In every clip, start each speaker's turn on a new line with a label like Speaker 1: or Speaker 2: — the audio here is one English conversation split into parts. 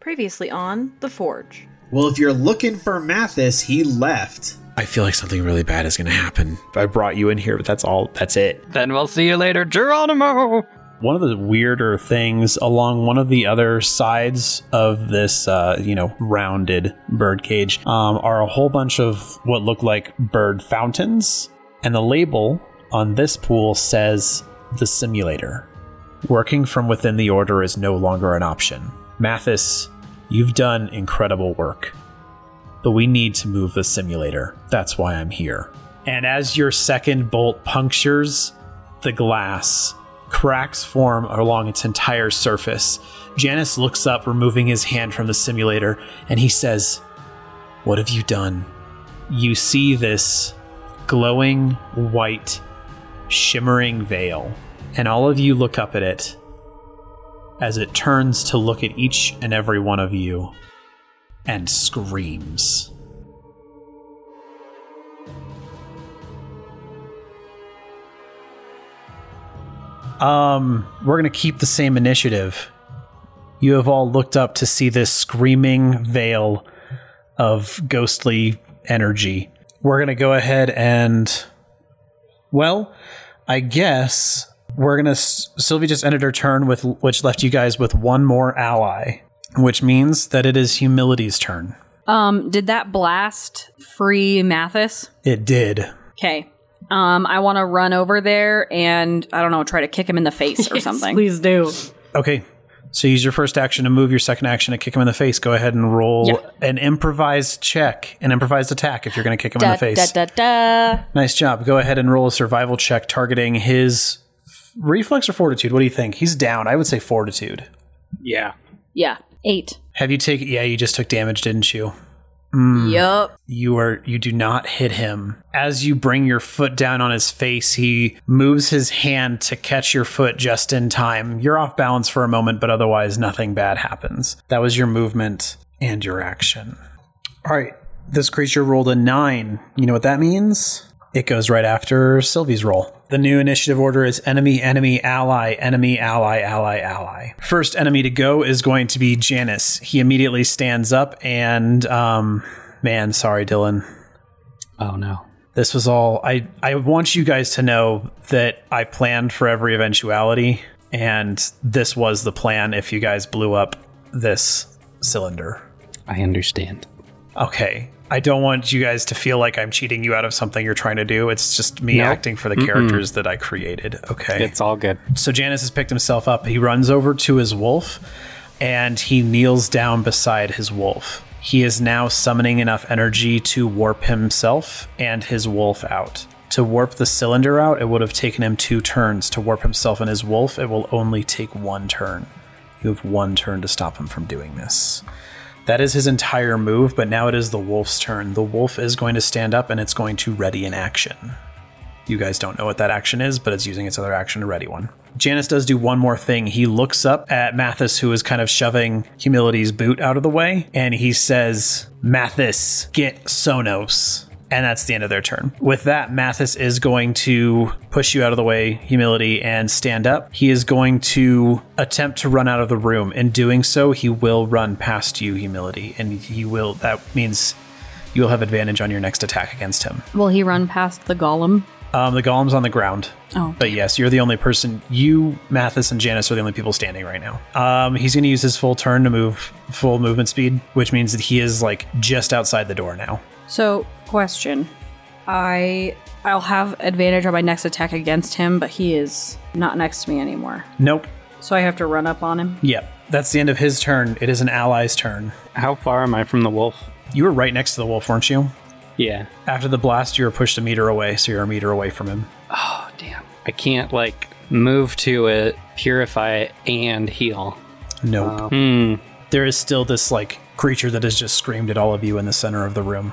Speaker 1: Previously on The Forge.
Speaker 2: Well, if you're looking for Mathis, he left.
Speaker 3: I feel like something really bad is going to happen. I brought you in here, but that's all. That's it.
Speaker 4: Then we'll see you later, Geronimo.
Speaker 5: One of the weirder things along one of the other sides of this, uh, you know, rounded bird cage um, are a whole bunch of what look like bird fountains. And the label on this pool says the simulator. Working from within the order is no longer an option. Mathis, you've done incredible work but we need to move the simulator. That's why I'm here. And as your second bolt punctures the glass, cracks form along its entire surface. Janice looks up, removing his hand from the simulator, and he says, What have you done? You see this glowing white, shimmering veil, and all of you look up at it as it turns to look at each and every one of you and screams. Um, we're gonna keep the same initiative. You have all looked up to see this screaming veil of ghostly energy. We're gonna go ahead and, well, I guess we're gonna. Sylvie just ended her turn with which left you guys with one more ally which means that it is humility's turn.
Speaker 1: Um, did that blast free Mathis?
Speaker 5: It did.
Speaker 1: Okay. Um, I want to run over there and I don't know, try to kick him in the face or something.
Speaker 6: Please do.
Speaker 5: Okay. So use your first action to move, your second action to kick him in the face. Go ahead and roll an improvised check, an improvised attack if you're going to kick him in the face.
Speaker 1: Da, da, da.
Speaker 5: Nice job. Go ahead and roll a survival check targeting his f- reflex or fortitude. What do you think? He's down. I would say fortitude.
Speaker 3: Yeah.
Speaker 1: Yeah. Eight.
Speaker 5: Have you taken Yeah, you just took damage, didn't you?
Speaker 1: Hmm. Yup.
Speaker 5: you are you do not hit him as you bring your foot down on his face he moves his hand to catch your foot just in time you're off balance for a moment but otherwise nothing bad happens that was your movement and your action all right this creature rolled a nine you know what that means it goes right after sylvie's roll the new initiative order is enemy enemy ally enemy ally ally ally first enemy to go is going to be janice he immediately stands up and um man sorry dylan
Speaker 4: Oh no.
Speaker 5: this was all I, I want you guys to know that I planned for every eventuality and this was the plan if you guys blew up this cylinder.
Speaker 4: I understand.
Speaker 5: Okay. I don't want you guys to feel like I'm cheating you out of something you're trying to do. It's just me
Speaker 4: Nope.
Speaker 5: acting for the characters that I created. Okay.
Speaker 4: It's all good.
Speaker 5: So Janice has picked himself up. He runs over to his wolf and he kneels down beside his wolf. He is now summoning enough energy to warp himself and his wolf out. To warp the cylinder out, it would have taken him two turns. To warp himself and his wolf, it will only take one turn. You have one turn to stop him from doing this. That is his entire move, but now it is the wolf's turn. The wolf is going to stand up and it's going to ready an action. You guys don't know what that action is, but it's using its other action to ready one. Janice does do one more thing. He looks up at Mathis, who is kind of shoving Humility's boot out of the way, and he says, Mathis, get Sonos. And that's the end of their turn. With that, Mathis is going to push you out of the way, Humility, and stand up. He is going to attempt to run out of the room. In doing so, he will run past you, Humility, and he will, that means you'll have advantage on your next attack against him.
Speaker 1: Will he run past the golem?
Speaker 5: Um, the golem's on the ground.
Speaker 1: Oh.
Speaker 5: But yes, you're the only person. You, Mathis, and Janice are the only people standing right now. Um, he's going to use his full turn to move full movement speed, which means that he is like just outside the door now.
Speaker 1: So, question. I I'll have advantage on my next attack against him, but he is not next to me anymore.
Speaker 5: Nope.
Speaker 1: So I have to run up on him.
Speaker 5: Yep. That's the end of his turn. It is an ally's turn.
Speaker 4: How far am I from the wolf?
Speaker 5: You were right next to the wolf, weren't you?
Speaker 4: Yeah.
Speaker 5: After the blast, you were pushed a meter away, so you're a meter away from him.
Speaker 4: Oh damn. I can't like move to it, purify it, and heal.
Speaker 5: Nope.
Speaker 4: Hmm.
Speaker 5: There is still this like creature that has just screamed at all of you in the center of the room.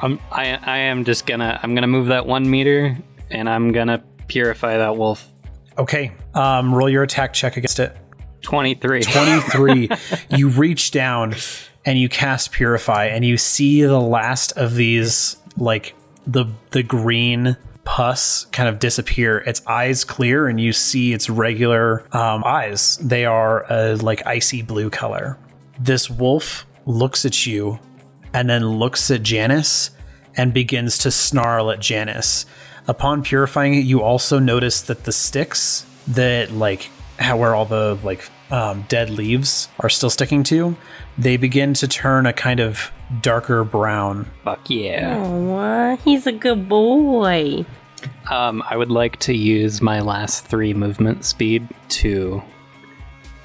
Speaker 4: I'm, I I am just gonna I'm gonna move that one meter, and I'm gonna purify that wolf.
Speaker 5: Okay. Um, roll your attack check against it.
Speaker 4: Twenty three.
Speaker 5: 23 you reach down and you cast purify and you see the last of these like the the green pus kind of disappear its eyes clear and you see its regular um, eyes they are a like icy blue color This wolf looks at you and then looks at Janice and begins to snarl at Janice. Upon purifying it, you also notice that the sticks that like how where all the like um, dead leaves are still sticking to, they begin to turn a kind of darker brown.
Speaker 4: Fuck yeah.
Speaker 6: Aw, he's a good boy.
Speaker 4: Um, I would like to use my last three movement speed to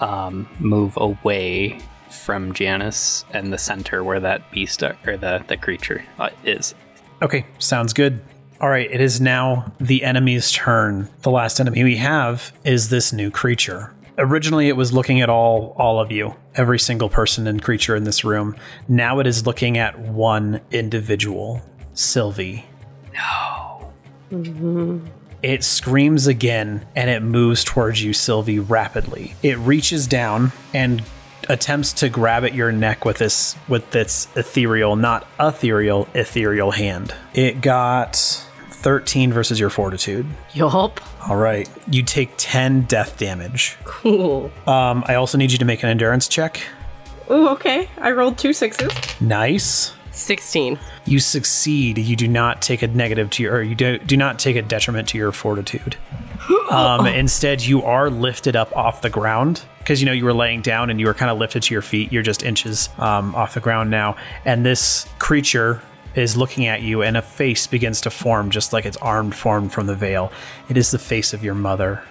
Speaker 4: um, move away from Janice and the center where that beast are, or the, the creature uh, is.
Speaker 5: Okay, sounds good. All right, it is now the enemy's turn. The last enemy we have is this new creature. Originally, it was looking at all all of you, every single person and creature in this room. Now it is looking at one individual, Sylvie. It screams again and it moves towards you, Sylvie, rapidly. It reaches down and attempts to grab at your neck with this with its ethereal, not ethereal, ethereal hand. It got 13 versus your fortitude.
Speaker 6: Yup.
Speaker 5: All right. You take 10 death damage.
Speaker 6: Cool.
Speaker 5: Um, I also need you to make an endurance check.
Speaker 6: Ooh, okay. I rolled two sixes.
Speaker 5: Nice.
Speaker 6: 16.
Speaker 5: You succeed. You do not take a negative to your, or you do, do not take a detriment to your fortitude. Um, instead, you are lifted up off the ground because you know you were laying down and you were kind of lifted to your feet. You're just inches um, off the ground now, and this creature is looking at you, and a face begins to form, just like its arm formed from the veil. It is the face of your mother,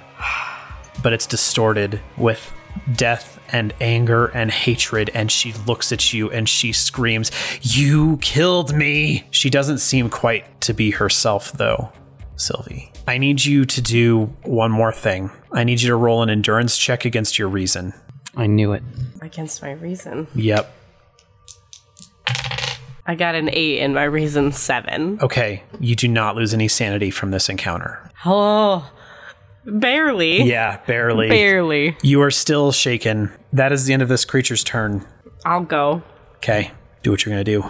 Speaker 5: but it's distorted with death and anger and hatred and she looks at you and she screams you killed me she doesn't seem quite to be herself though sylvie i need you to do one more thing i need you to roll an endurance check against your reason
Speaker 4: I knew it.
Speaker 6: Against my reason.
Speaker 5: yep
Speaker 6: I got an 8 and my reason 7.
Speaker 5: okay you do not lose any sanity from this encounter
Speaker 6: Oh. Barely.
Speaker 5: yeah barely
Speaker 6: Barely.
Speaker 5: you are still shaken that is the end of this creature's turn
Speaker 6: I'll go.
Speaker 5: okay do what you're gonna do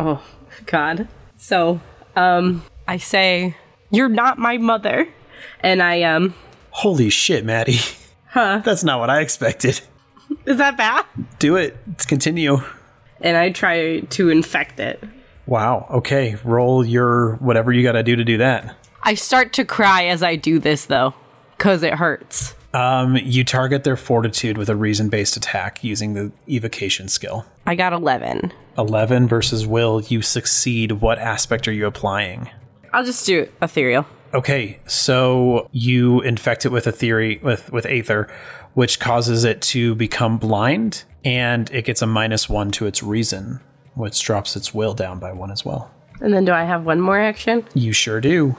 Speaker 6: Oh, God. So, um, I say, You're not my mother. And I, um,
Speaker 5: holy shit maddie huh that's not what i expected
Speaker 6: is that bad?
Speaker 5: do it. Let's continue.
Speaker 6: And I try to infect it.
Speaker 5: Wow. Okay. Roll your whatever you got to do to do that.
Speaker 6: I start to cry as I do this, though, because it hurts.
Speaker 5: Um, you target their fortitude with a reason based attack using the evocation skill.
Speaker 6: I got 11.
Speaker 5: 11 versus will, you succeed. What aspect are you applying?
Speaker 6: I'll just do it ethereal.
Speaker 5: Okay, so you infect it with a theory with with aether, which causes it to become blind, and it gets a minus one to its reason, which drops its will down by one as well.
Speaker 6: And then do I have one more action?
Speaker 5: You sure do.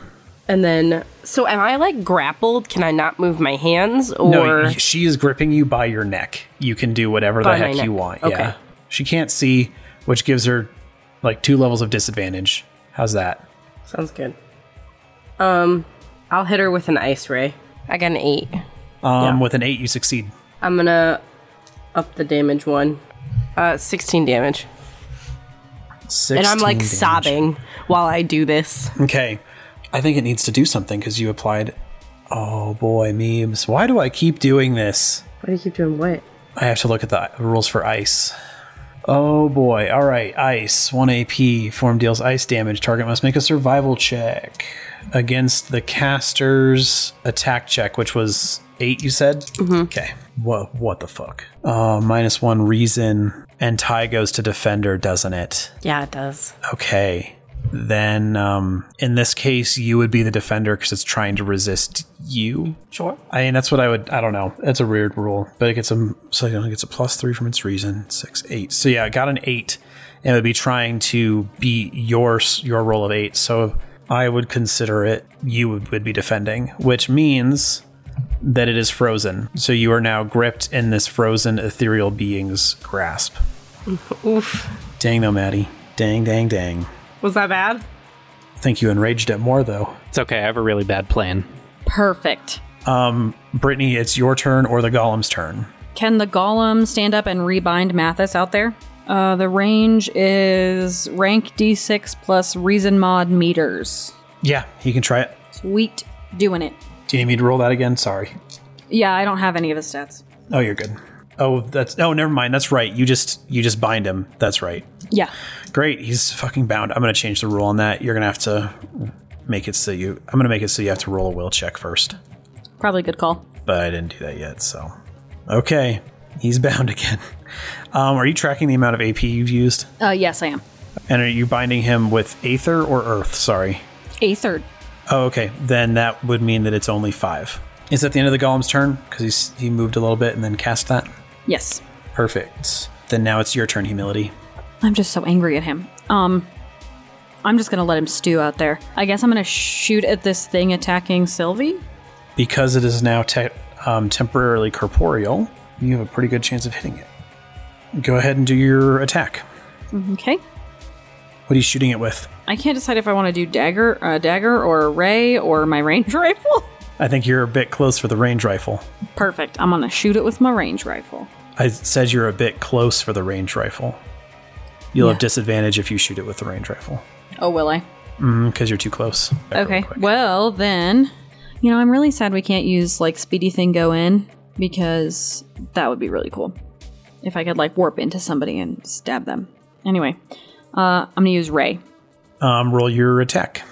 Speaker 6: And then, so am I like grappled? Can I not move my hands? Or
Speaker 5: No, y- she is gripping you by your neck. You can do whatever the
Speaker 6: By my
Speaker 5: heck you
Speaker 6: neck.
Speaker 5: want.
Speaker 6: Okay.
Speaker 5: Yeah. She can't see, which gives her like two levels of disadvantage. How's that?
Speaker 6: sounds good. Um, I'll hit her with an ice ray. I got an eight.
Speaker 5: Um, With an eight, you succeed.
Speaker 6: I'm gonna up the damage one. Uh, 16 damage. And I'm like
Speaker 5: 16 damage.
Speaker 6: sobbing while I do this.
Speaker 5: Okay. I think it needs to do something because you applied. Oh boy, memes. Why do I keep doing this?
Speaker 6: Why do you keep doing what?
Speaker 5: I have to look at the rules for ice. Oh boy. All right. Ice. 1 AP. Form deals ice damage. Target must make a survival check against the caster's attack check, which was 8, you said?
Speaker 6: Mm-hmm.
Speaker 5: Okay. What, what the fuck? Uh, minus 1 reason. And tie goes to defender, doesn't it?
Speaker 6: Yeah, it does.
Speaker 5: Okay. Then um, in this case, you would be the defender because it's trying to resist you.
Speaker 6: Sure.
Speaker 5: I mean, that's what I would. I don't know. That's a weird rule, but it gets a so it only gets a plus three from its reason. Six, eight. So yeah, it got an eight, and it would be trying to beat your s- your roll of eight. So I would consider it you would, would be defending, which means that it is frozen. So you are now gripped in this frozen ethereal being's grasp.
Speaker 6: Oof.
Speaker 5: Dang though, Maddie. Dang, dang, dang.
Speaker 6: Was that bad?
Speaker 5: Think you enraged it more though.
Speaker 4: It's okay. I have a really bad plan.
Speaker 1: Perfect.
Speaker 5: Brittany, it's your turn or the golem's turn.
Speaker 1: Can the golem stand up and rebind Mathis out there? Uh, the range is rank d6 plus reason mod meters.
Speaker 5: Yeah, he can try it.
Speaker 1: Sweet, doing it.
Speaker 5: Do you need me to roll that again? Sorry.
Speaker 1: Yeah, I don't have any of the stats.
Speaker 5: Oh, you're good. Oh, that's oh, never mind. That's right. You just you just bind him. That's right.
Speaker 6: Yeah.
Speaker 5: Great. He's fucking bound. I'm gonna change the rule on that. You're gonna have to make it so you. I'm gonna make it so you have to roll a will check first.
Speaker 1: Probably a good call.
Speaker 5: But I didn't do that yet. So, okay, he's bound again. Um, are you tracking the amount of AP you've used?
Speaker 1: Uh, yes, I am.
Speaker 5: And are you binding him with Aether or Earth? Sorry.
Speaker 1: A third.
Speaker 5: Oh, okay. Then that would mean that it's only five. Is that the end of the golem's turn? Because he's he moved a little bit and then cast that.
Speaker 1: Yes.
Speaker 5: Perfect. Then now it's your turn, humility.
Speaker 1: I'm just so angry at him. Um, I'm just gonna let him stew out there. I guess I'm gonna shoot at this thing attacking Sylvie.
Speaker 5: Because it is now te- um, temporarily corporeal, you have a pretty good chance of hitting it. Go ahead and do your attack.
Speaker 1: Okay.
Speaker 5: What are you shooting it with?
Speaker 1: I can't decide if I want to do dagger, uh, dagger, or ray, or my range rifle.
Speaker 5: I think you're a bit close for the range rifle.
Speaker 1: Perfect. I'm gonna shoot it with my range rifle.
Speaker 5: I said you're a bit close for the range rifle. You'll
Speaker 1: Yeah.
Speaker 5: have disadvantage if you shoot it with the range rifle
Speaker 1: Oh, will I?
Speaker 5: because you're too close. Back real
Speaker 1: Okay.
Speaker 5: quick.
Speaker 1: Well, then, you know, I'm really sad we can't use like Speedy Thing Go in because that would be really cool if I could like warp into somebody and stab them. Anyway, uh, I'm gonna use Ray.
Speaker 5: Um, roll your attack.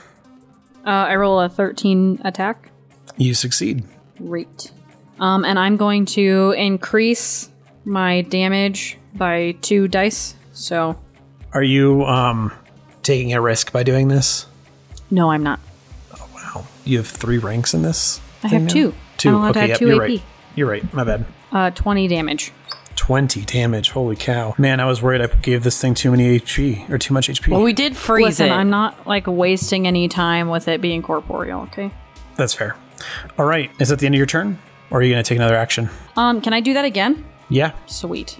Speaker 1: Uh, I roll a 13 attack.
Speaker 5: You succeed.
Speaker 1: Great. Um, and I'm going to increase my damage by two dice. So,
Speaker 5: Are you um, taking a risk by doing this?
Speaker 1: no, I'm not.
Speaker 5: Wow. You have three ranks in this?
Speaker 1: I
Speaker 5: thing
Speaker 1: have
Speaker 5: now?
Speaker 1: two.
Speaker 5: Two.
Speaker 1: I'm allowed to
Speaker 5: okay,
Speaker 1: have
Speaker 5: yep,
Speaker 1: two
Speaker 5: you're
Speaker 1: AP.
Speaker 5: right. You're right. My bad.
Speaker 1: Uh, 20 damage.
Speaker 5: 20 damage. Holy cow. Man, I was worried I gave this thing too many HP or too much HP.
Speaker 7: Well, we did freeze
Speaker 1: Listen,
Speaker 7: it.
Speaker 1: I'm not like wasting any time with it being corporeal, okay?
Speaker 5: That's fair. All right. Is that the end of your turn? Or are you going to take another action?
Speaker 1: Um, can I do that again?
Speaker 5: Yeah.
Speaker 1: Sweet.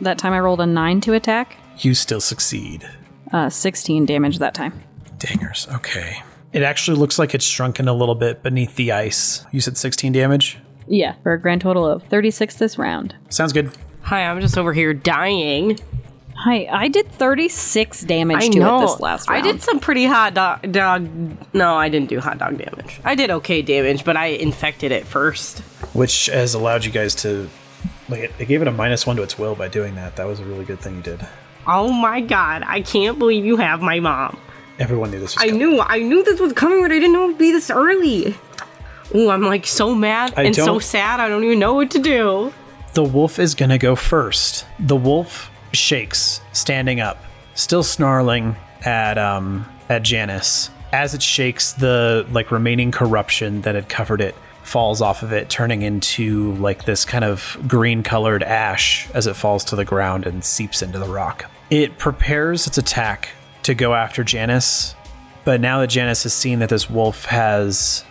Speaker 1: That time I rolled a 9 to attack.
Speaker 5: You still succeed.
Speaker 1: Uh, 16 damage that time.
Speaker 5: Dangers. Okay. It actually looks like it's shrunken a little bit beneath the ice. You said 16 damage?
Speaker 1: Yeah, for a grand total of 36 this round.
Speaker 5: Sounds good.
Speaker 7: Hi, I'm just over here dying.
Speaker 1: Hi, I did 36 damage
Speaker 7: I
Speaker 1: to
Speaker 7: know.
Speaker 1: it this last round.
Speaker 7: I did some pretty hot dog, dog. No, I didn't do hot dog damage. I did okay damage, but I infected it first.
Speaker 5: Which has allowed you guys to. Like, it, it gave it a minus one to its will by doing that. That was a really good thing you did.
Speaker 7: Oh my god! I can't believe you have my mom.
Speaker 5: Everyone knew this was
Speaker 7: I
Speaker 5: coming.
Speaker 7: knew, I knew this was coming, but I didn't know it would be this early. Ooh, I'm like so mad
Speaker 5: I
Speaker 7: and so
Speaker 5: don't-
Speaker 7: sad. I don't even know what to do.
Speaker 5: The wolf is going to go first. The wolf shakes, standing up, still snarling at um at Janice. As it shakes, the like remaining corruption that had covered it falls off of it, turning into like this kind of green-colored ash as it falls to the ground and seeps into the rock. It prepares its attack to go after Janice, but now that Janice has seen that this wolf has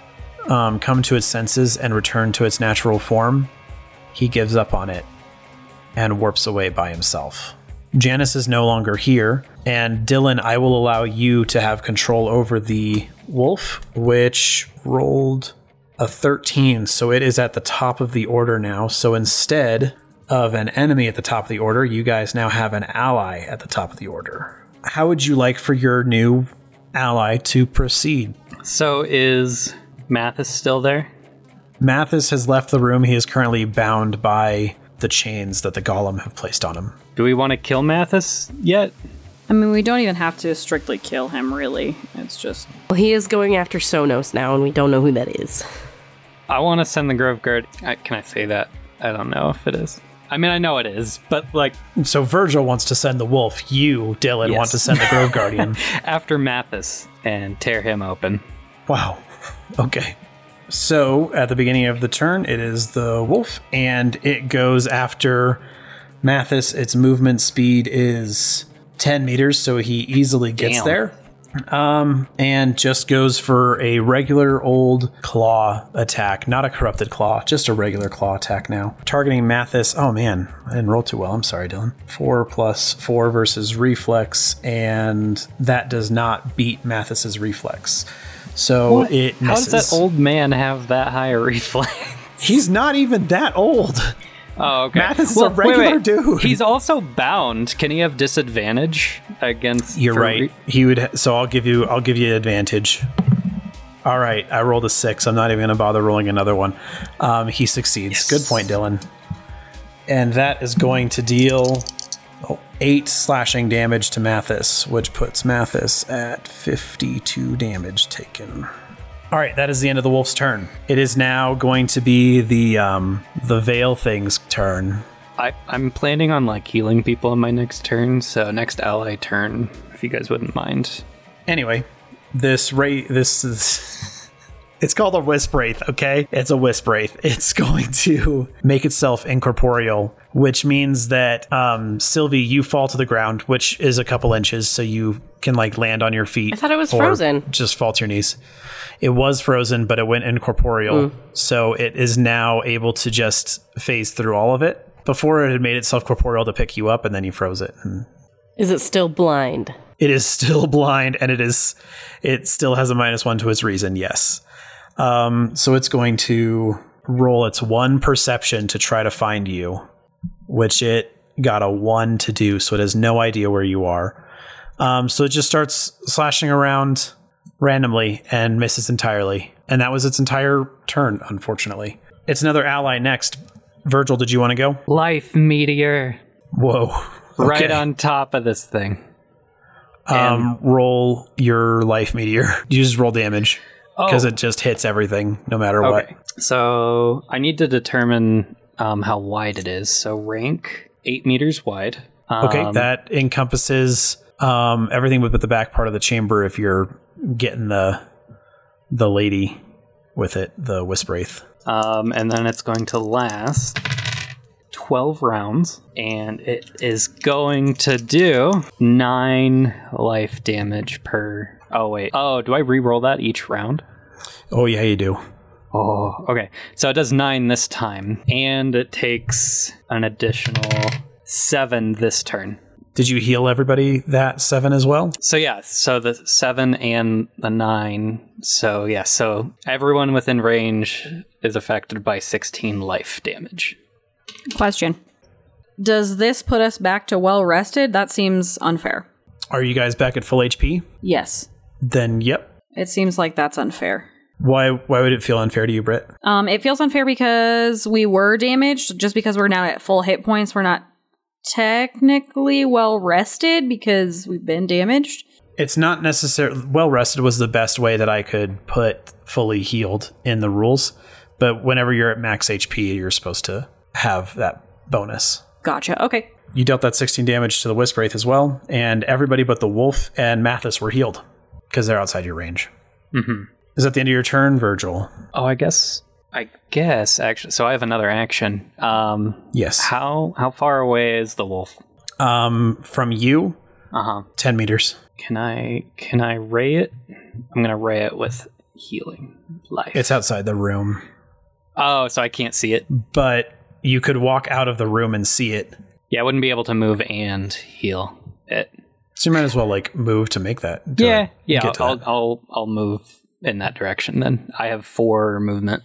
Speaker 5: um, come to its senses and returned to its natural form, he gives up on it and warps away by himself. Janice is no longer here, and Dylan, I will allow you to have control over the wolf, which rolled a 13, so it is at the top of the order now. So instead of an enemy at the top of the order, you guys now have an ally at the top of the order. How would you like for your new ally to proceed?
Speaker 4: So is Mathis still there?
Speaker 5: Mathis has left the room. He is currently bound by the chains that the golem have placed on him.
Speaker 4: Do we want to kill Mathis yet?
Speaker 1: I mean, we don't even have to strictly kill him, really. It's just.
Speaker 7: Well, he is going after Sonos now, and we don't know who that is.
Speaker 4: I want to send the Grove Guard. I, can I say that? I don't know if it is. I mean, I know it is, but like
Speaker 5: So Virgil wants to send the wolf. You, Dylan,
Speaker 4: Yes.
Speaker 5: want to send the Grove Guardian.
Speaker 4: after Mathis and tear him open.
Speaker 5: wow. Okay. So at the beginning of the turn, it is the wolf, and it goes after Mathis. Its movement speed is 10 meters, so he easily gets
Speaker 4: Damn.
Speaker 5: there. Um, and just goes for a regular old claw attack, not a corrupted claw, just a regular claw attack now. Targeting Mathis. Oh man, I didn't roll too well. I'm sorry, Dylan. Four plus four versus reflex, and that does not beat Mathis's reflex. So it
Speaker 4: How does
Speaker 5: misses.
Speaker 4: that old man have that high a reflex?
Speaker 5: He's not even that old.
Speaker 4: Oh, okay.
Speaker 5: Mathis is a regular dude.
Speaker 4: He's also bound. Can he have disadvantage against?
Speaker 5: You're
Speaker 4: for
Speaker 5: right.
Speaker 4: re-
Speaker 5: he would. So I'll give you. I'll give you advantage. All right. I rolled a six. I'm not even gonna bother rolling another one. Um, he succeeds. Good point, Dylan. and that is going to deal oh, eight slashing damage to Mathis, which puts Mathis at 52 damage taken. All right, that is the end of the wolf's turn. It is now going to be the um, the veil thing's turn.
Speaker 4: I, I'm planning on like healing people on my next turn, so next ally turn, if you guys wouldn't mind.
Speaker 5: Anyway, this wraith, this is. It's called a wisp wraith, okay? It's a wisp wraith. It's going to make itself incorporeal, which means that um, Sylvie, you fall to the ground, which is a couple inches, so you can like land on your feet. I
Speaker 7: thought it was frozen.
Speaker 5: Just fall to your knees. It was frozen, but it went incorporeal,
Speaker 7: Hmm.
Speaker 5: so it is now able to just phase through all of it. Before it had made itself corporeal to pick you up, and then you froze it. and
Speaker 7: Is it still blind?
Speaker 5: it is still blind and it is it still has a minus one to its reason yes um, so it's going to roll its one perception to try to find you which it got a one to do so it has no idea where you are um, so it just starts slashing around randomly and misses entirely and that was its entire turn unfortunately it's another ally next virgil did you want to go
Speaker 4: Life meteor,
Speaker 5: whoa
Speaker 4: right
Speaker 5: Okay.
Speaker 4: on top of this thing.
Speaker 5: um, roll your life meteor you just roll damage because it just hits everything no matter
Speaker 4: Oh, Okay. So I need to determine um, how wide it is. So rank eight meters wide. Um,
Speaker 5: what. Okay, that encompasses um, everything but the back part of the chamber. If you're getting the the lady with it, the wisp wraith.
Speaker 4: Um, and then it's going to last 12 rounds. And it is going to do nine life damage per. Oh, wait. Oh, do I re roll that each round?
Speaker 5: Oh yeah, you do.
Speaker 4: Oh, okay. So it does nine this time. And it takes an additional seven this turn.
Speaker 5: Did you heal everybody that seven as well?
Speaker 4: So yeah, so the seven and the nine. So yeah, so everyone within range is affected by sixteen life damage.
Speaker 1: Question. Does this put us back to well rested? That seems unfair.
Speaker 5: Are you guys back at full HP?
Speaker 1: Yes.
Speaker 5: Then yep.
Speaker 1: It seems like that's unfair.
Speaker 5: Why why would it feel unfair to you, Britt?
Speaker 1: Um, it feels unfair because we were damaged. Just because we're now at full hit points, we're not technically well rested because we've been damaged.
Speaker 5: it's not necessarily well rested was the best way that I could put fully healed in the rules. But whenever you're at max HP, you're supposed to have that bonus.
Speaker 1: Gotcha. Okay.
Speaker 5: You dealt that 16 damage to the Wisp Wraith as well, and everybody but the Wolf and Mathis were healed because they're outside your range.
Speaker 4: Mhm.
Speaker 5: Is that the end of your turn, Virgil?
Speaker 4: Oh, I guess. I guess actually. So I have another action. Um,
Speaker 5: Yes.
Speaker 4: how how far away is the wolf?
Speaker 5: Um, from you,
Speaker 4: Uh huh.
Speaker 5: 10 meters.
Speaker 4: Can I can I ray it? I'm gonna ray it with healing life.
Speaker 5: It's outside the room,
Speaker 4: oh, so I can't see it.
Speaker 5: but you could walk out of the room and see it.
Speaker 4: Yeah, I wouldn't be able to move and heal it.
Speaker 5: So you might as well like move to make that. to
Speaker 4: yeah.
Speaker 5: get to
Speaker 4: I'll,
Speaker 5: that.
Speaker 4: I'll I'll move in that direction then. I have four movement.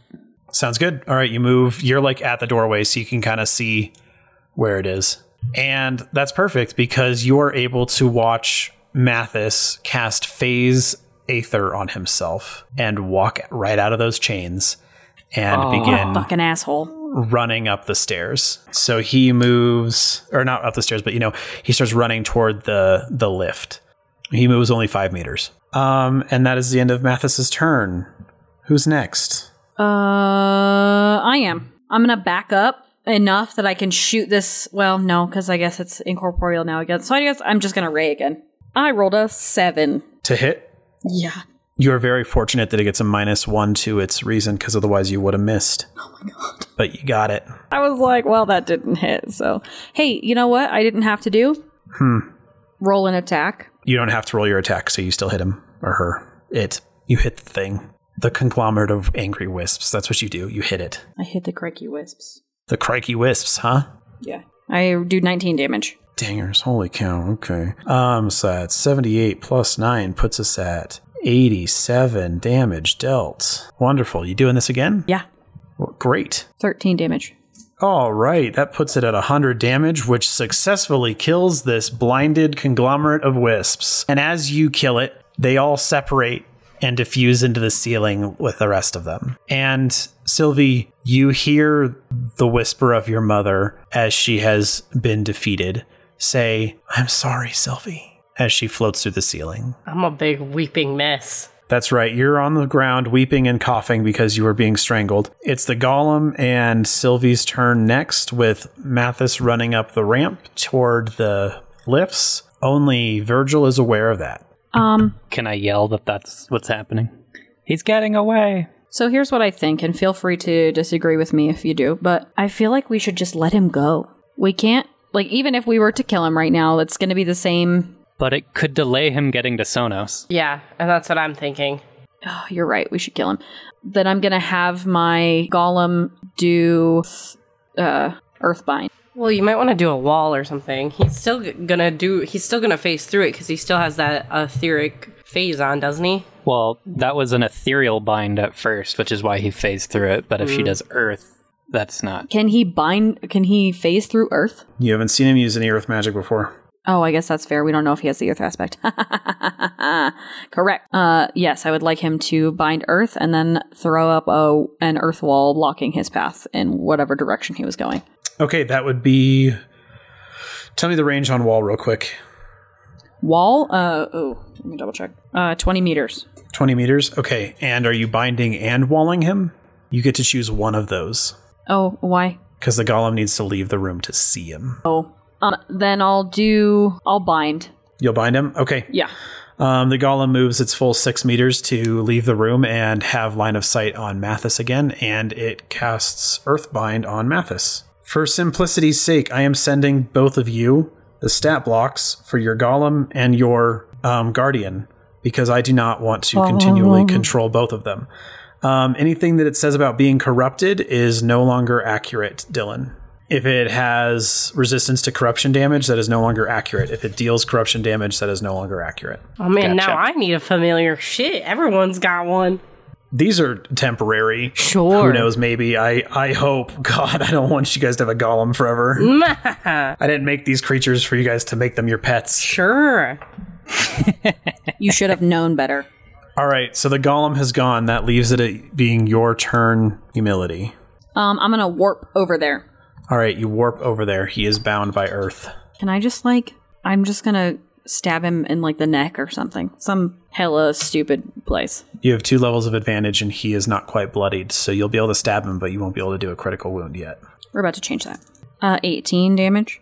Speaker 5: Sounds good. All right, you move. You're like at the doorway, so you can kind of see where it is. And that's perfect because you are able to watch Mathis cast Phase Aether on himself and walk right out of those chains and begin
Speaker 1: Fucking asshole.
Speaker 5: running up the stairs. So he moves, or not up the stairs, but you know, he starts running toward the the lift. He moves only five meters. Um, and that is the end of Mathis's turn. Who's next?
Speaker 1: Uh, I am. I'm gonna back up enough that I can shoot this. Well, no, because I guess it's incorporeal now again. So I guess I'm just gonna ray again. I rolled a seven.
Speaker 5: To hit
Speaker 1: Yeah.
Speaker 5: You are very fortunate that it gets a minus one to its reason, because otherwise you would have missed. Oh my god! But you got it.
Speaker 1: I was like, well, that didn't hit. So, hey, you know what? I didn't have to do. Hmm. Roll an attack.
Speaker 5: You don't have to roll your attack, so you still hit him or her. It. You hit the thing. The conglomerate of angry wisps. That's what you do. You hit it.
Speaker 1: I hit the crikey wisps.
Speaker 5: The crikey wisps, huh?
Speaker 1: Yeah. I do 19 damage.
Speaker 5: Dangers. Holy cow. Okay. Um. So that's seventy-eight plus nine puts us at eighty-seven damage dealt. Wonderful. You doing this again?
Speaker 1: Yeah.
Speaker 5: Well, great.
Speaker 1: 13 damage.
Speaker 5: All right, that puts it at 100 damage, which successfully kills this blinded conglomerate of wisps. And as you kill it, they all separate and diffuse into the ceiling with the rest of them. And Sylvie, You hear the whisper of your mother as she has been defeated say, I'm sorry, Sylvie, as she floats through the ceiling.
Speaker 7: I'm a big weeping mess.
Speaker 5: That's right. You're on the ground weeping and coughing because you were being strangled. It's the golem and Sylvie's turn next, with Mathis running up the ramp toward the lifts. Only Virgil is aware of that.
Speaker 1: Um,
Speaker 4: Can I yell that that's what's happening? He's getting away.
Speaker 1: so here's what I think, and feel free to disagree with me if you do, but I feel like we should just let him go. We can't, like, even if we were to kill him right now, it's going to be the same.
Speaker 4: But it could delay him getting to Sonos.
Speaker 7: Yeah, and that's what I'm thinking.
Speaker 1: Oh, you're right. We should kill him. Then I'm going to have my golem do uh, Earthbind.
Speaker 7: Well, you might want to do a wall or something. He's still g- gonna do. He's still gonna phase through it because he still has that etheric phase on, doesn't he?
Speaker 4: Well, that was an ethereal bind at first, which is why he phased through it. But if she does Earth, that's not.
Speaker 1: Can he bind? Can he phase through Earth?
Speaker 5: You haven't seen him use any earth magic before.
Speaker 1: Oh, I guess that's fair. We don't know if he has the Earth aspect. Correct. Uh, yes, I would like him to bind Earth and then throw up a, an Earth wall blocking his path in whatever direction he was going.
Speaker 5: Okay, that would be. Tell me the range on wall real quick.
Speaker 1: Wall? Uh, oh, let me double check. Uh, 20 meters.
Speaker 5: 20 meters? Okay, and are you binding and walling him? You get to choose one of those
Speaker 1: Oh, why?
Speaker 5: because the golem needs to leave the room to see him.
Speaker 1: Oh. Um, then I'll do. I'll bind.
Speaker 5: You'll bind him? Okay.
Speaker 1: Yeah.
Speaker 5: Um, the golem moves its full six meters to leave the room and have line of sight on Mathis again, and it casts Earthbind on Mathis. For simplicity's sake, I am sending both of you the stat blocks for your golem and your um, guardian because I do not want to continually control both of them. Um, anything that it says about being corrupted is no longer accurate, Dylan. If it has resistance to corruption damage, that is no longer accurate. If it deals corruption damage, that is no longer accurate.
Speaker 7: Oh man, now I need a familiar shit. Everyone's got one.
Speaker 5: these are temporary.
Speaker 7: Sure.
Speaker 5: Who knows? Maybe I. I hope. God, I don't want you guys to have a golem forever. I didn't make these creatures for you guys to make them your pets.
Speaker 7: Sure.
Speaker 1: You should have known better.
Speaker 5: All right. So the golem has gone. That leaves it at being your turn. Humility.
Speaker 1: Um, I'm gonna warp over there.
Speaker 5: All right. You warp over there. He is bound by earth.
Speaker 1: Can I just like I'm just gonna stab him in like the neck or something. Some hella stupid place.
Speaker 5: You have two levels of advantage, and he is not quite bloodied. So you'll be able to stab him, but you won't be able to do a critical wound yet.
Speaker 1: We're about to change that. Uh eighteen damage.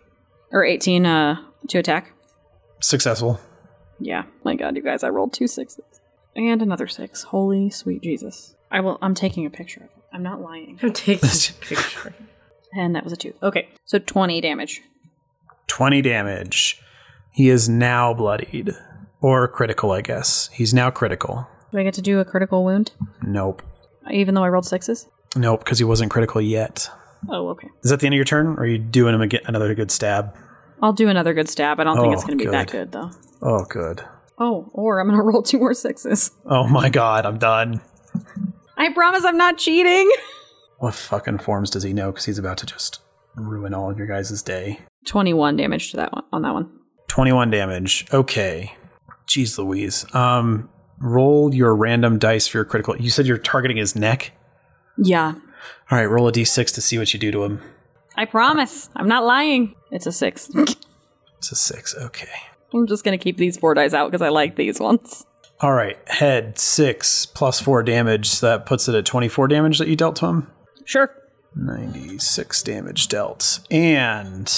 Speaker 1: Or eighteen uh to attack.
Speaker 5: Successful.
Speaker 1: Yeah. My god, you guys, I rolled two sixes. And another six. Holy sweet Jesus. I will I'm taking a picture of it. I'm not lying.
Speaker 7: I'm taking a picture.
Speaker 1: And that was a two. Okay. So twenty damage.
Speaker 5: 20 damage. He is now bloodied. Or critical, I guess. He's now critical.
Speaker 1: Do I get to do a critical wound?
Speaker 5: Nope.
Speaker 1: Even though I rolled sixes?
Speaker 5: Nope, because he wasn't critical yet.
Speaker 1: Oh, okay.
Speaker 5: Is that the end of your turn? Or are you doing him again another good stab?
Speaker 1: I'll do another good stab. I don't think
Speaker 5: Oh,
Speaker 1: it's gonna be that
Speaker 5: good.
Speaker 1: good though.
Speaker 5: Oh, good.
Speaker 1: Oh, or I'm gonna roll two more sixes.
Speaker 5: Oh my god, I'm done.
Speaker 1: I promise I'm not cheating.
Speaker 5: What fucking forms does he know? Because he's about to just ruin all of your guys' day.
Speaker 1: 21 damage to that one on that one.
Speaker 5: 21 damage. Okay. Jeez Louise. Um, roll your random dice for your critical. You said you're targeting his neck?
Speaker 1: Yeah.
Speaker 5: All right, roll a d6 to see what you do to him.
Speaker 1: I promise. I'm not lying. It's a 6.
Speaker 5: It's a six. Okay.
Speaker 1: I'm just going to keep these four dice out cuz I like these ones.
Speaker 5: All right, head six plus four damage. So that puts it at 24 damage that you dealt to him.
Speaker 1: Sure.
Speaker 5: 96 damage dealt. And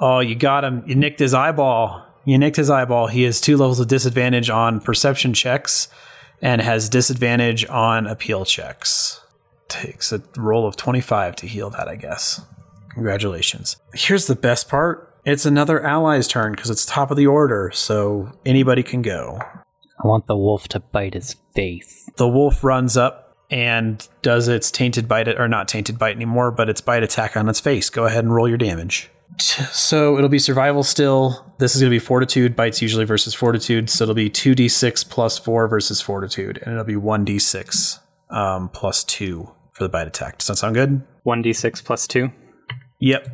Speaker 5: oh, you got him. You nicked his eyeball. You nicked his eyeball. He has two levels of disadvantage on perception checks and has disadvantage on appeal checks. Takes a roll of 25 to heal that, I guess. Congratulations. Here's the best part it's another ally's turn because it's top of the order, so anybody can go.
Speaker 4: I want the wolf to bite his face.
Speaker 5: The wolf runs up and does its tainted bite, or not tainted bite anymore, but its bite attack on its face. Go ahead and roll your damage. T- So it'll be survival still. This is going to be fortitude. Bites usually versus fortitude. So it'll be 2d6 plus 4 versus fortitude. And it'll be 1d6 um, plus 2 for the bite attack. Does that sound good?
Speaker 4: 1d6 plus 2?
Speaker 5: Yep.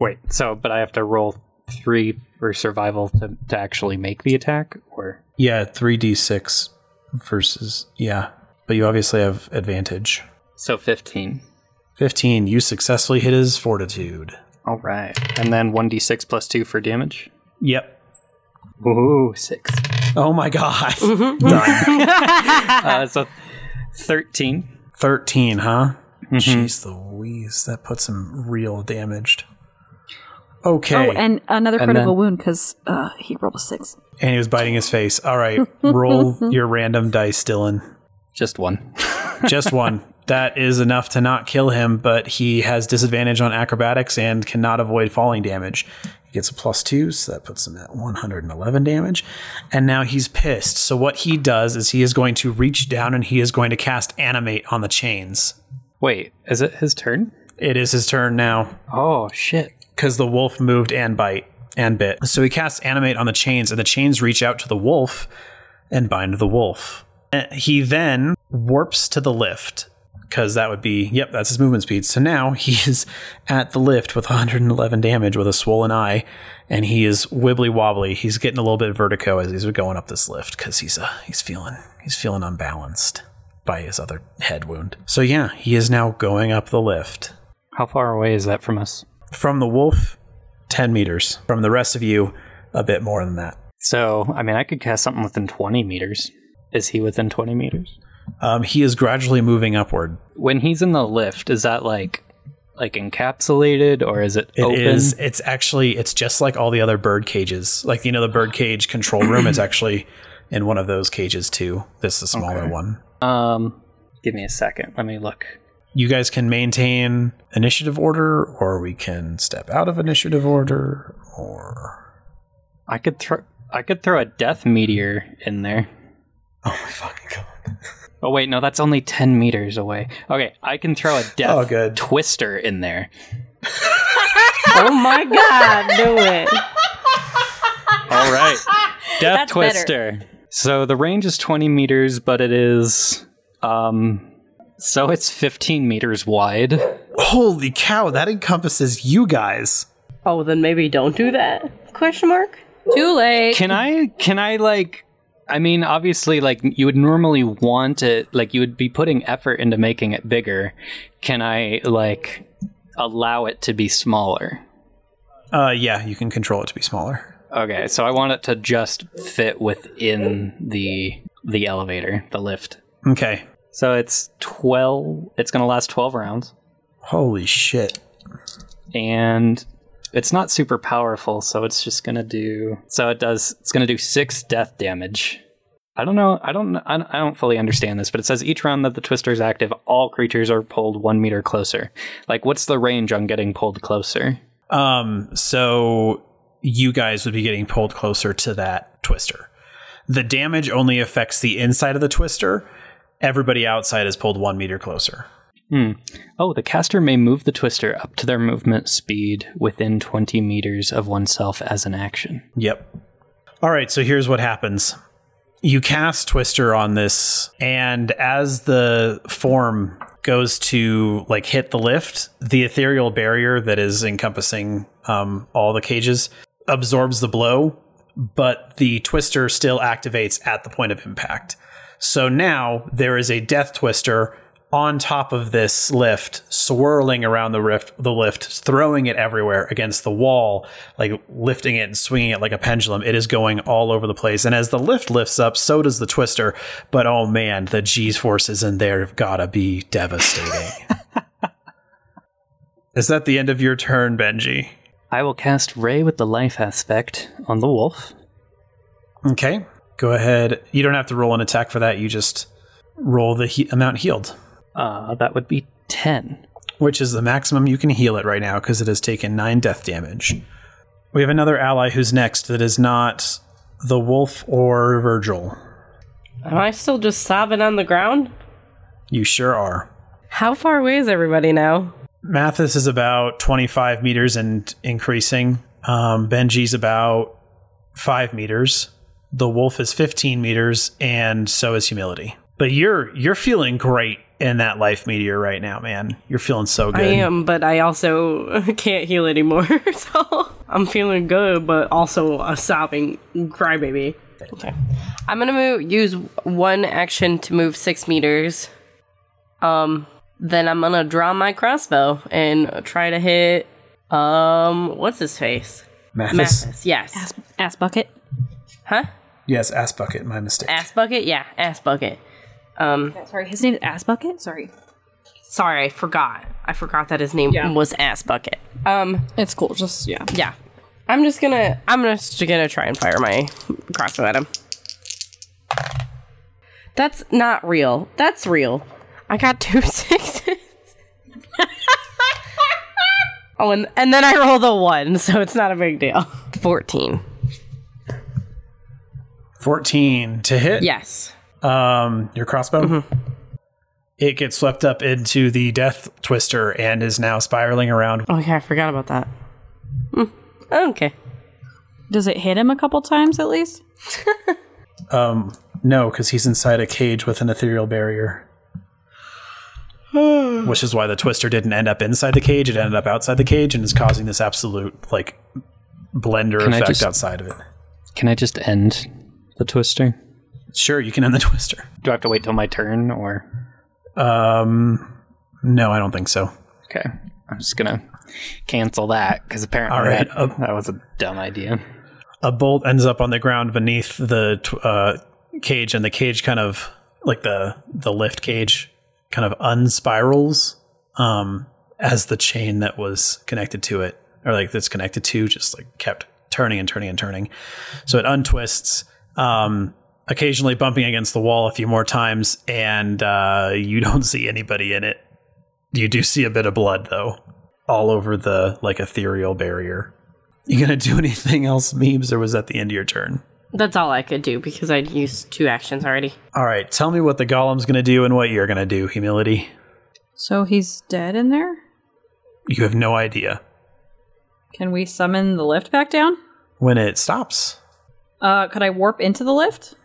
Speaker 4: Wait, so, but I have to roll 3 for survival to, to actually make the attack? Or.
Speaker 5: Yeah, 3d6 versus. Yeah. But you obviously have advantage.
Speaker 4: So 15.
Speaker 5: 15. You successfully hit his fortitude.
Speaker 4: All right. And then 1d6 plus 2 for damage.
Speaker 5: Yep.
Speaker 4: Ooh, 6.
Speaker 5: Oh my god.
Speaker 4: Uh, so 13.
Speaker 5: 13, huh?
Speaker 1: Mm-hmm.
Speaker 5: Jeez Louise, that puts him real damaged. Okay.
Speaker 1: Oh, and another critical
Speaker 4: then-
Speaker 1: wound because uh, he rolled a six.
Speaker 5: and he was biting his face. All right, roll your random dice, Dylan.
Speaker 4: Just one.
Speaker 5: Just one. That is enough to not kill him, but he has disadvantage on acrobatics and cannot avoid falling damage. He gets a plus two, so that puts him at 111 damage. And now he's pissed. So, what he does is he is going to reach down and he is going to cast Animate on the chains.
Speaker 4: Wait, is it his turn?
Speaker 5: It is his turn now.
Speaker 4: Oh, shit.
Speaker 5: because the wolf moved and bite and bit. So he casts animate on the chains, and the chains reach out to the wolf and bind the wolf. And he then warps to the lift because that would be yep, that's his movement speed. So now he is at the lift with 111 damage with a swollen eye, and he is wibbly wobbly. He's getting a little bit of vertigo as he's going up this lift because he's uh, he's feeling he's feeling unbalanced by his other head wound. So yeah, he is now going up the lift
Speaker 4: How far away is that from us?
Speaker 5: from the wolf 10 meters from the rest of you a bit more than that
Speaker 4: So, I mean, I could cast something within 20 meters. Is he within 20 meters?
Speaker 5: um, he is gradually moving upward
Speaker 4: When he's in the lift, is that like like encapsulated or is it,
Speaker 5: It is.
Speaker 4: open?
Speaker 5: it's actually it's just like all the other bird cages like you know the bird cage control room it's actually in one of those cages too this is the smaller one
Speaker 4: Um, give me a second. Let me look.
Speaker 5: you guys can maintain initiative order or we can step out of initiative order or
Speaker 4: I could throw I could throw a death meteor in there.
Speaker 5: oh my fucking god
Speaker 4: Oh wait, no, that's only 10 meters away. Okay, I can throw a death
Speaker 5: Oh, good.
Speaker 4: twister in there.
Speaker 6: Oh my god, do it.
Speaker 4: All right. Death
Speaker 8: That's
Speaker 4: Twister. So the range is 20 meters, but it is um so it's 15 meters wide.
Speaker 5: holy cow that encompasses you guys
Speaker 6: Oh, then maybe don't do that? Question mark?
Speaker 8: Too late.
Speaker 4: Can I can I like I mean obviously like you would normally want it like you would be putting effort into making it bigger. Can I like allow it to be smaller?
Speaker 5: uh yeah you can control it to be smaller
Speaker 4: Okay, so I want it to just fit within the the elevator, the lift.
Speaker 5: okay
Speaker 4: So it's 12 it's going to last 12 rounds.
Speaker 5: holy shit
Speaker 4: and it's not super powerful, so it's just gonna do. So it does. It's gonna do six death damage. I don't know. I don't. I don't- I don't fully understand this, but it says each round that the twister is active, all creatures are pulled one meter closer. Like, what's the range on getting pulled closer?
Speaker 5: Um, so you guys would be getting pulled closer to that twister. The damage only affects the inside of the twister. Everybody outside is pulled one meter closer.
Speaker 4: Hmm. Oh, the caster may move the twister up to their movement speed within twenty meters of oneself as an action.
Speaker 5: Yep. All right, so here's what happens. You cast Twister on this, and as the form goes to like hit the lift, the ethereal barrier that is encompassing um, all the cages absorbs the blow, but the Twister still activates at the point of impact. So now there is a Death Twister on top of this lift, swirling around the rift, the lift, throwing it everywhere against the wall, like lifting it and swinging it like a pendulum. It is going all over the place, and as the lift lifts up, so does the Twister. But oh man, the G's forces in there have gotta be devastating. is that the end of your turn, Benji?
Speaker 4: I will cast Ray with the life aspect on the wolf.
Speaker 5: Okay, go ahead. You don't have to roll an attack for that. You just roll the he- amount healed.
Speaker 4: Uh, that would be ten.
Speaker 5: which is the maximum you can heal it right now because it has taken nine death damage. We have another ally who's next that is not the wolf or Virgil.
Speaker 6: Am I still just sobbing on the ground?
Speaker 5: You sure are.
Speaker 6: How far away is everybody now?
Speaker 5: Mathis is about 25 meters and increasing. Um, Benji's about 5 meters. The wolf is 15 meters and so is humility. But you're you're feeling great in that life meteor right now, man. You're feeling so good.
Speaker 6: I am, but I also can't heal anymore, so I'm feeling good, but also a sobbing crybaby.
Speaker 7: I'm gonna move, use one action to move six meters. Um, Then I'm gonna draw my crossbow and try to hit. Um, what's his face?
Speaker 5: Mathis.
Speaker 7: Mathis, Yes.
Speaker 1: Ass, ass bucket.
Speaker 7: huh?
Speaker 5: Yes, ass bucket. My mistake.
Speaker 7: Ass bucket. Yeah, ass bucket. Um,
Speaker 1: Sorry, his name is ass bucket. Sorry,
Speaker 7: sorry, I forgot. I forgot that his name was ass bucket. Um,
Speaker 1: it's cool. Just yeah.
Speaker 7: yeah. I'm just gonna. I'm just gonna try and fire my crossbow at him. That's not real. That's real. I got two sixes. oh, and and then I rolled a one, so it's not a big deal. Fourteen.
Speaker 5: Fourteen to hit.
Speaker 7: Yes.
Speaker 5: Um, your crossbow. It gets swept up into the death twister and is now spiraling around.
Speaker 7: Okay, I forgot about that. Mm, Okay.
Speaker 1: Does it hit him a couple times at least?
Speaker 5: Um, no, because he's inside a cage with an ethereal barrier. Which is why the twister didn't end up inside the cage; it ended up outside the cage and is causing this absolute like blender
Speaker 4: Can I
Speaker 5: effect
Speaker 4: just-
Speaker 5: outside of it.
Speaker 4: Can I just end the twister?
Speaker 5: Sure, you can end the twister.
Speaker 4: Do I have to wait till my turn or?
Speaker 5: Um, no, I don't think so.
Speaker 4: Okay. I'm just gonna cancel that because apparently
Speaker 5: All right,
Speaker 4: that,
Speaker 5: uh,
Speaker 4: that was a dumb idea.
Speaker 5: a bolt ends up on the ground beneath the tw- uh, cage, and the cage kind of like the the lift cage kind of unspirals um, as the chain that was connected to it, or like that's connected to, just like kept turning and turning and turning. So it untwists, um, occasionally bumping against the wall a few more times, and uh, you don't see anybody in it. You do see a bit of blood though, all over the like ethereal barrier. You gonna do anything else, Meebs, or was that the end of your turn?
Speaker 7: That's all I could do because I'd used two actions already.
Speaker 5: All right, tell me what the golem's gonna do and what you're gonna do, humility.
Speaker 1: So he's dead in there.
Speaker 5: You have no idea.
Speaker 1: Can we summon the lift back down?
Speaker 5: When it stops,
Speaker 1: Uh, could I warp into the lift?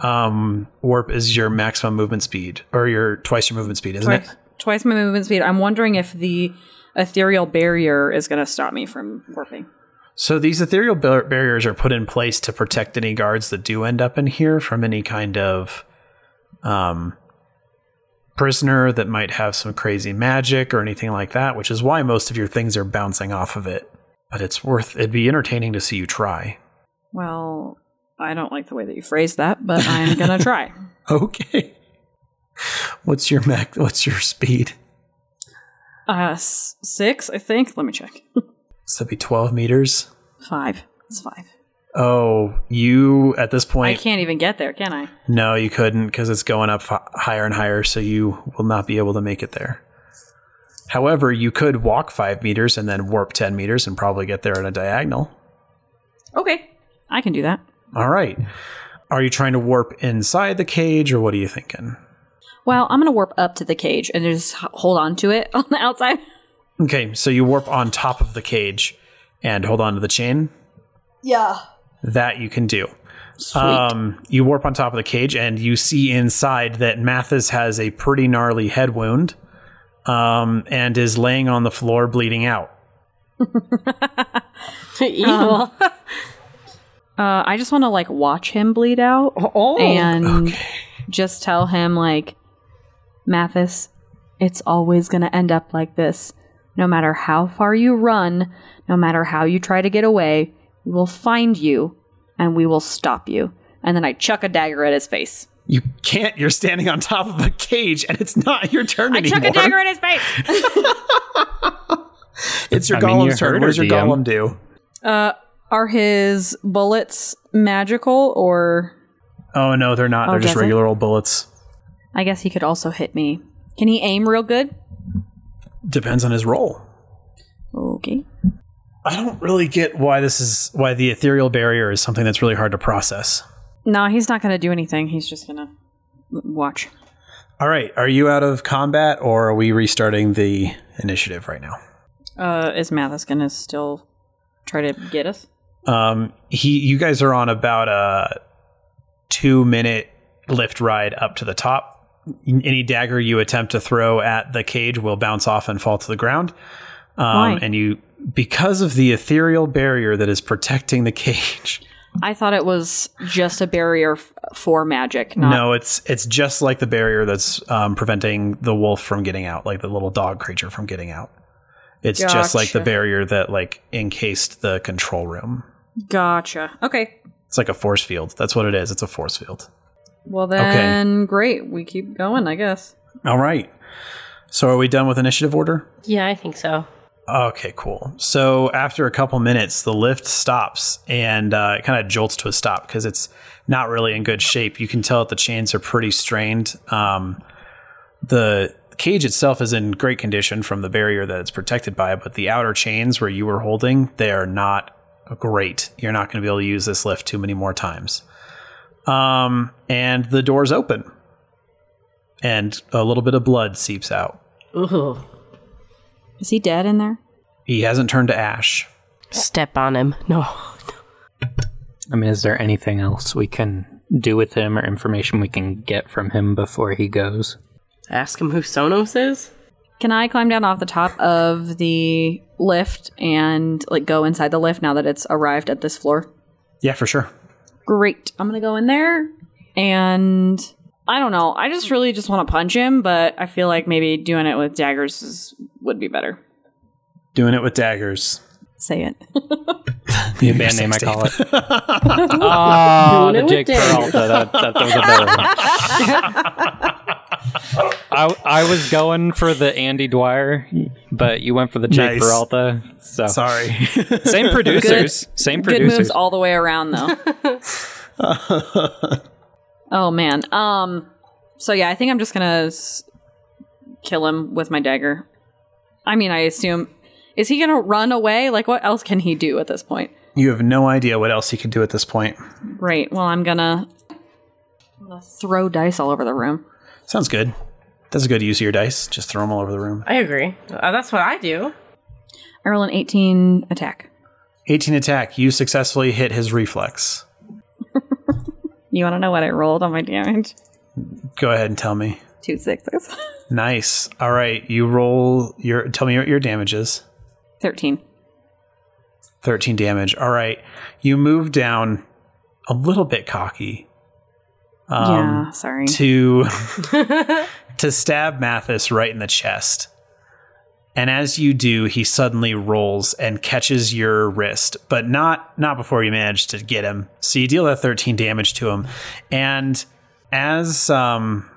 Speaker 5: um, warp is your maximum movement speed, or your twice your movement speed, isn't
Speaker 1: Twice,
Speaker 5: it?
Speaker 1: twice my movement speed. I'm wondering if the ethereal barrier is going to stop me from warping.
Speaker 5: So these ethereal bar- barriers are put in place to protect any guards that do end up in here from any kind of um, prisoner that might have some crazy magic or anything like that, which is why most of your things are bouncing off of it. But it's worth it'd be entertaining to see you try.
Speaker 1: Well, I don't like the way that you phrased that, but I'm going to try.
Speaker 5: Okay. What's your mac? What's your speed?
Speaker 1: Uh, s- six, I think. Let me check.
Speaker 5: So that'd be twelve meters.
Speaker 1: Five. It's five.
Speaker 5: Oh, you at this
Speaker 1: I
Speaker 5: point?
Speaker 1: can't even get there, can I?
Speaker 5: No, you couldn't because it's going up f- higher and higher, so you will not be able to make it there. However, you could walk five meters and then warp ten meters and probably get there in a diagonal.
Speaker 1: Okay. I can do that.
Speaker 5: All right. Are you trying to warp inside the cage, or what are you thinking?
Speaker 1: Well, I'm going to warp up to the cage and just h- hold on to it on the outside.
Speaker 5: Okay, so you warp on top of the cage and hold on to the chain. Yeah. That you can do.
Speaker 1: Uh,
Speaker 5: Um, you warp on top of the cage and you see inside that Mathis has a pretty gnarly head wound um, and is laying on the floor bleeding out.
Speaker 7: Evil.
Speaker 1: Uh, I just want to like watch him bleed out
Speaker 7: Oh, Um,
Speaker 1: and just tell him like, Mathis, it's always gonna end up like this. No matter how far you run, no matter how you try to get away, we will find you and we will stop you. And then I chuck a dagger at his face.
Speaker 5: You can't, you're standing on top of a cage and it's not your turn anymore.
Speaker 1: Chuck a dagger at his face.
Speaker 5: It's your
Speaker 4: I mean,
Speaker 5: golem's
Speaker 4: you
Speaker 5: turn.
Speaker 4: heard
Speaker 5: What does
Speaker 4: her,
Speaker 5: your
Speaker 4: DM.
Speaker 5: golem do?
Speaker 1: Uh, Are his bullets magical or?
Speaker 5: Oh, no, they're not.
Speaker 1: Oh,
Speaker 5: they're just
Speaker 1: does it?
Speaker 5: regular old bullets.
Speaker 1: I guess he could also hit me. Can he aim real good?
Speaker 5: Depends on his role.
Speaker 1: Okay.
Speaker 5: I don't really get why this is why the ethereal barrier is something that's really hard to process.
Speaker 1: No, he's not gonna do anything. He's just gonna watch.
Speaker 5: All right, are you out of combat or are we restarting the initiative right now?
Speaker 1: Uh, is Mathis gonna still try to get us?
Speaker 5: Um, he, you guys are on about a two-minute lift ride up to the top. Any dagger you attempt to throw at the cage will bounce off and fall to the ground. Um,
Speaker 1: Why?
Speaker 5: And you, because of the ethereal barrier that is protecting the cage,
Speaker 1: I thought it was just a barrier f- for magic. Not,
Speaker 5: No, it's it's just like the barrier that's um, preventing the wolf from getting out, like the little dog creature from getting out. It's just like the
Speaker 1: Gotcha.
Speaker 5: barrier that like encased the control room.
Speaker 1: Gotcha. Okay.
Speaker 5: It's like a force field. That's what it is. It's a force field.
Speaker 1: Well then, great. We keep going, I guess.
Speaker 5: All right. So are we done with initiative order?
Speaker 7: Yeah, I think so.
Speaker 5: Okay, cool. So after a couple minutes, the lift stops and uh, it kind of jolts to a stop because it's not really in good shape. You can tell that the chains are pretty strained. Um, the cage itself is in great condition from the barrier that it's protected by, but the outer chains where you were holding, they are not great. You're not going to be able to use this lift too many more times. Um, and the doors open, and a little bit of blood seeps out.
Speaker 7: Ooh.
Speaker 1: Is he dead in there?
Speaker 5: He hasn't turned to ash.
Speaker 7: Step on him. No.
Speaker 4: I mean, is there anything else we can do with him or information we can get from him before he goes?
Speaker 6: Ask him who Sonos is.
Speaker 1: Can I climb down off the top of the lift and like go inside the lift now that it's arrived at this floor?
Speaker 5: Yeah, for sure.
Speaker 1: Great. I'm gonna go in there and I don't know. I just really just want to punch him, but I feel like maybe doing it with daggers is, would be better.
Speaker 5: Doing it with daggers.
Speaker 1: Say it.
Speaker 4: The band name I call it.
Speaker 7: Doing it
Speaker 4: oh,
Speaker 7: with
Speaker 4: the Jake
Speaker 7: daggers.
Speaker 4: Peralta. That, that, that was a better one. I, I was going for the Andy Dwyer, but you went for the Jake
Speaker 5: Nice.
Speaker 4: Peralta. So
Speaker 5: Sorry.
Speaker 4: same producers, same
Speaker 1: Good moves
Speaker 4: producers.
Speaker 1: all the way around, though. oh man. Um. So yeah, I think I'm just gonna s- kill him with my dagger. I mean, I assume is he gonna run away? Like, what else can he do at this point?
Speaker 5: you have no idea what else he can do at this point.
Speaker 1: Great. Well, I'm gonna, I'm gonna throw dice all over the room.
Speaker 5: Sounds good. That's a good use of your dice. Just throw them all over the room.
Speaker 7: I agree.
Speaker 6: Uh, that's what I do.
Speaker 1: I roll an 18 attack.
Speaker 5: 18 attack. You successfully hit his reflex.
Speaker 1: You want to know what I rolled on my damage?
Speaker 5: Go ahead and tell me.
Speaker 1: Two sixes.
Speaker 5: Nice. All right. You roll your. Tell me what your damage is.
Speaker 1: 13.
Speaker 5: 13 damage. All right. You move down a little bit cocky. Um,
Speaker 1: yeah. Sorry.
Speaker 5: to to stab Mathis right in the chest. And as you do, he suddenly rolls and catches your wrist, but not not before you manage to get him. So you deal that 13 damage to him. And as um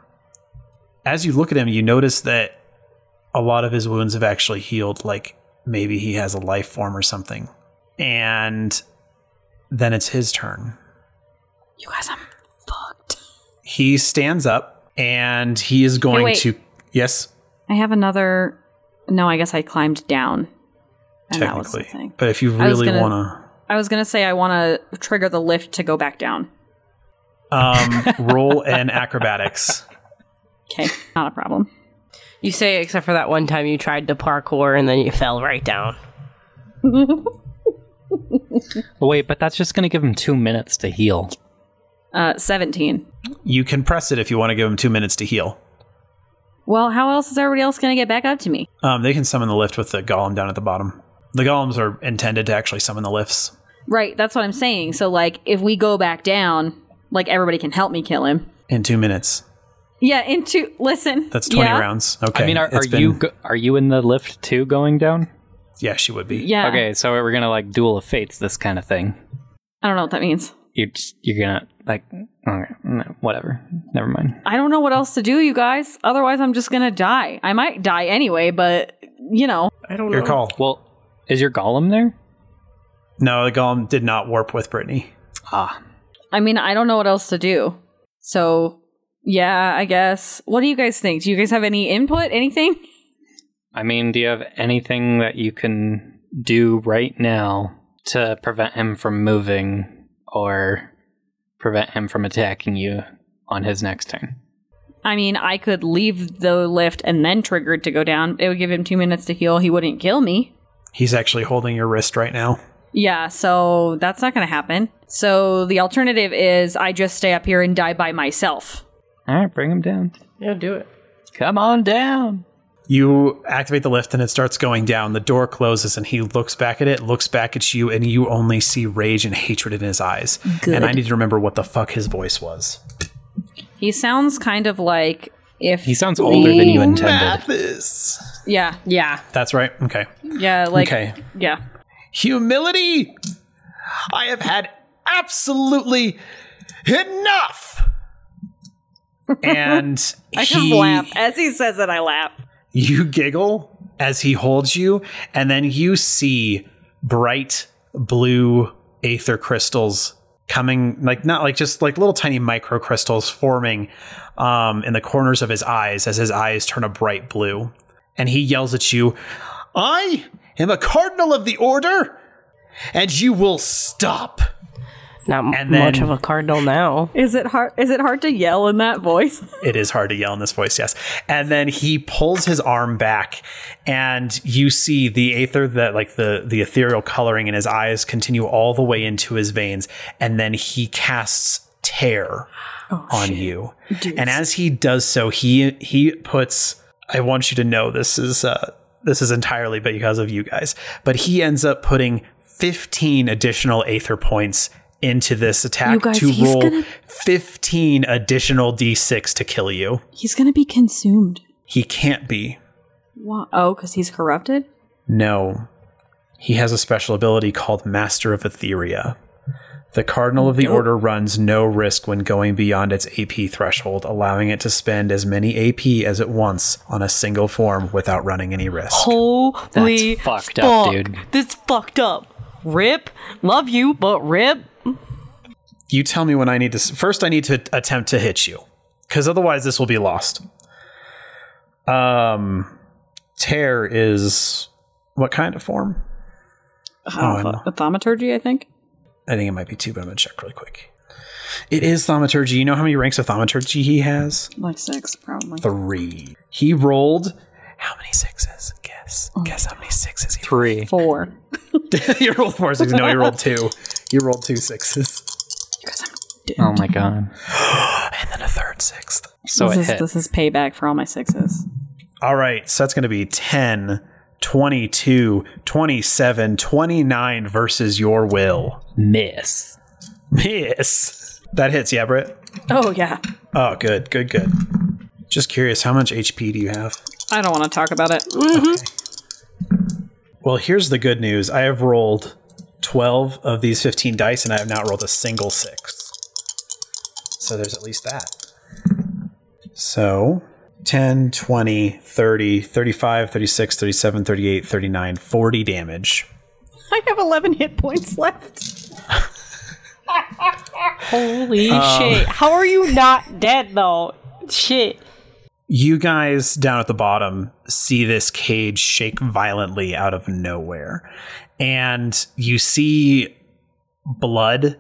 Speaker 5: as you look at him, you notice that a lot of his wounds have actually healed, like maybe he has a life form or something. And then it's his turn
Speaker 1: you guys, I'm fucked.
Speaker 5: he stands up and he is going
Speaker 1: wait.
Speaker 5: to yes
Speaker 1: I have another. No, I guess I climbed down. And that was the
Speaker 5: technically
Speaker 1: thing.
Speaker 5: but if you
Speaker 1: I was
Speaker 5: really
Speaker 1: gonna-
Speaker 5: want
Speaker 1: I was gonna say I want to trigger the lift to go back down.
Speaker 5: to um, roll an acrobatics
Speaker 1: Okay, not a problem.
Speaker 7: You say except for that one time you tried to parkour and then you fell right down.
Speaker 4: Wait, but that's just going to give him two minutes to heal.
Speaker 1: Uh, Seventeen.
Speaker 5: you can press it if you want to give him two minutes to heal
Speaker 1: Well, how else is everybody else gonna get back up to me?
Speaker 5: um, they can summon the lift with the golem down at the bottom the golems are intended to actually summon the lifts
Speaker 1: Right, that's what I'm saying. So, like, if we go back down, like everybody can help me kill him.
Speaker 5: in two minutes
Speaker 1: Yeah, into listen.
Speaker 5: that's 20
Speaker 1: yeah.
Speaker 5: rounds okay
Speaker 4: I mean, are,
Speaker 5: it's
Speaker 4: are
Speaker 5: been-
Speaker 4: you go- are you in the lift too going down?
Speaker 5: yeah she would be
Speaker 1: Yeah.
Speaker 4: Okay, so we're gonna like duel of fates, this kind of thing.
Speaker 1: I don't know what that means.
Speaker 4: You're just, you're gonna like okay, no, whatever. Never mind.
Speaker 1: I don't know what else to do, you guys. Otherwise, I'm just gonna die. I might die anyway, but you know,
Speaker 6: I don't
Speaker 5: your
Speaker 6: know.
Speaker 5: call
Speaker 4: Well, is your golem there?
Speaker 5: no the golem did not warp with brittany
Speaker 4: Ah,
Speaker 1: I mean, I don't know what else to do. So, yeah, I guess. What do you guys think? Do you guys have any input? Anything?
Speaker 4: I mean, do you have anything that you can do right now to prevent him from moving or prevent him from attacking you on his next turn?
Speaker 1: I mean, I could leave the lift and then trigger it to go down. It would give him two minutes to heal. He wouldn't kill me.
Speaker 5: he's actually holding your wrist right now
Speaker 1: Yeah, so that's not going to happen. So the alternative is I just stay up here and die by myself.
Speaker 4: All right, bring him down.
Speaker 6: Yeah, do it.
Speaker 4: Come on down.
Speaker 5: You activate the lift and it starts going down. The door closes and he looks back at it, looks back at you, and you only see rage and hatred in his eyes. And I
Speaker 1: Good.
Speaker 5: need to remember what the fuck his voice was.
Speaker 1: He sounds kind of like if
Speaker 4: He sounds older than you intended.
Speaker 5: Mathis.
Speaker 1: Yeah,
Speaker 6: Yeah.
Speaker 5: That's right. Okay.
Speaker 1: yeah, like
Speaker 5: okay.
Speaker 1: yeah.
Speaker 5: Humility! I have had absolutely enough! and
Speaker 1: I just
Speaker 5: he-
Speaker 1: laugh as he says it. I laugh.
Speaker 5: You giggle as he holds you, and then you see bright blue aether crystals coming, like not like just like little tiny microcrystals forming um, in the corners of his eyes as his eyes turn a bright blue. And he yells at you, I am a cardinal of the order, and you will stop.
Speaker 7: Not m-
Speaker 5: And
Speaker 7: much
Speaker 5: then-
Speaker 7: of a cardinal now.
Speaker 1: Is it hard? Is it hard to yell in that voice?
Speaker 5: It is hard to yell in this voice, yes. And then he pulls his arm back, and you see the aether that like the the ethereal coloring in his eyes continue all the way into his veins, and then he casts tear on you. And as he does so, he he puts. I want you to know this is uh, this is entirely because of you guys, but he ends up putting fifteen additional aether points into this attack
Speaker 1: guys,
Speaker 5: to
Speaker 1: he's
Speaker 5: roll
Speaker 1: gonna-
Speaker 5: 15 additional d6 to kill you.
Speaker 1: He's gonna be consumed.
Speaker 5: He can't be.
Speaker 1: Why? Oh, because he's corrupted.
Speaker 5: No. He has a special ability called Master of Etheria. The Cardinal of the Order runs no risk when going beyond its AP threshold, allowing it to spend as many AP as it wants on a single form without running any risk.
Speaker 7: Holy
Speaker 4: That's fucked up,
Speaker 7: fuck.
Speaker 4: dude.
Speaker 7: That's fucked up. Rip, love you, but rip.
Speaker 5: You tell me when I need to. s- First, I need to attempt to hit you, because otherwise, this will be lost. Um, tear is what kind of form? Oh, I'm-
Speaker 1: The thaumaturgy, I think.
Speaker 5: I think it might be two, but I'm gonna check really quick. It is thaumaturgy. You know how many ranks of thaumaturgy he has?
Speaker 1: Like six, probably.
Speaker 5: Three. He rolled. How many sixes? Guess.
Speaker 1: Oh.
Speaker 5: Guess how many sixes he
Speaker 4: Three.
Speaker 1: Four.
Speaker 5: rolled. he rolled four sixes. No, he rolled two. He rolled two sixes.
Speaker 4: Oh my god.
Speaker 5: And then a third sixth.
Speaker 4: So it
Speaker 1: this, is,
Speaker 4: hit.
Speaker 1: this is payback for all my sixes.
Speaker 5: All right. So that's going to be 10, 22, 27, 29 versus your will.
Speaker 4: Miss.
Speaker 5: Yes. That hits, yeah, Britt?
Speaker 1: Oh yeah.
Speaker 5: Oh, good, good, good. Just curious, how much HP do you have?
Speaker 1: I don't want to talk about it.
Speaker 5: Well, here's the good news. I have rolled 12 of these 15 dice, and I have not rolled a single six. So there's at least that. So 10, 20, 30, 35, 36, 37, 38, 39, 40 damage.
Speaker 1: I have eleven hit points left.
Speaker 7: Holy
Speaker 4: Um.
Speaker 7: shit.
Speaker 6: How are you not dead though? Shit.
Speaker 5: You guys down at the bottom see this cage shake violently out of nowhere. And you see blood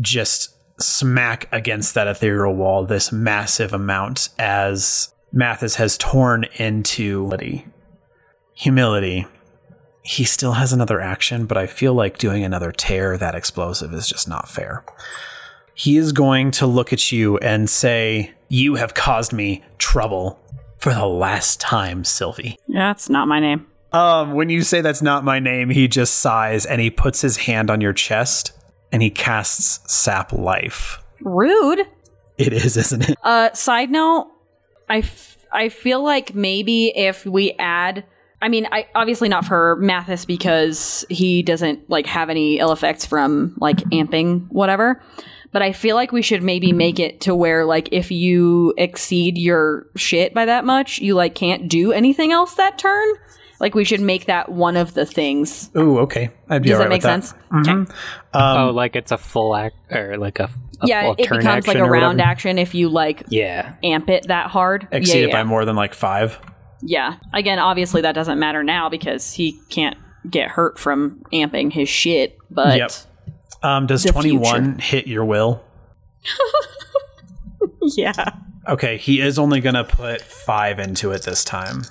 Speaker 5: just smack against that ethereal wall, this massive amount, as Mathis has torn into humility. humility. He still has another action, but I feel like doing another tear that explosive is just not fair. He is going to look at you and say, You have caused me trouble for the last time, Sylvie.
Speaker 1: That's not my name.
Speaker 5: Um, when you say that's not my name, he just sighs and he puts his hand on your chest and he casts Sap Life.
Speaker 1: Rude.
Speaker 5: It is, isn't it?
Speaker 1: Uh, side note, I, f- I feel like maybe if we add, I mean, I obviously not for Mathis because he doesn't like have any ill effects from like amping whatever. But I feel like we should maybe make it to where like if you exceed your shit by that much, you like can't do anything else that turn. Like we should make that one of the things.
Speaker 5: Ooh, okay. I'd be
Speaker 1: Does
Speaker 5: all right
Speaker 1: that make
Speaker 5: with that.
Speaker 1: sense?
Speaker 4: oh, like it's a full act or like a, a
Speaker 1: Um, yeah,
Speaker 4: full
Speaker 1: it
Speaker 4: turn
Speaker 1: becomes like
Speaker 4: action
Speaker 1: a
Speaker 4: or
Speaker 1: round
Speaker 4: whatever.
Speaker 1: action if you like
Speaker 4: Yeah.
Speaker 1: amp it that hard. Yeah,
Speaker 5: Exceeded
Speaker 1: yeah,
Speaker 5: by more than like five.
Speaker 1: Yeah. Again, obviously that doesn't matter now because he can't get hurt from amping his shit, but
Speaker 5: Yep. Um, does
Speaker 1: The
Speaker 5: 21 hit your will?
Speaker 1: yeah.
Speaker 5: Okay, he is only going to put five into it this time.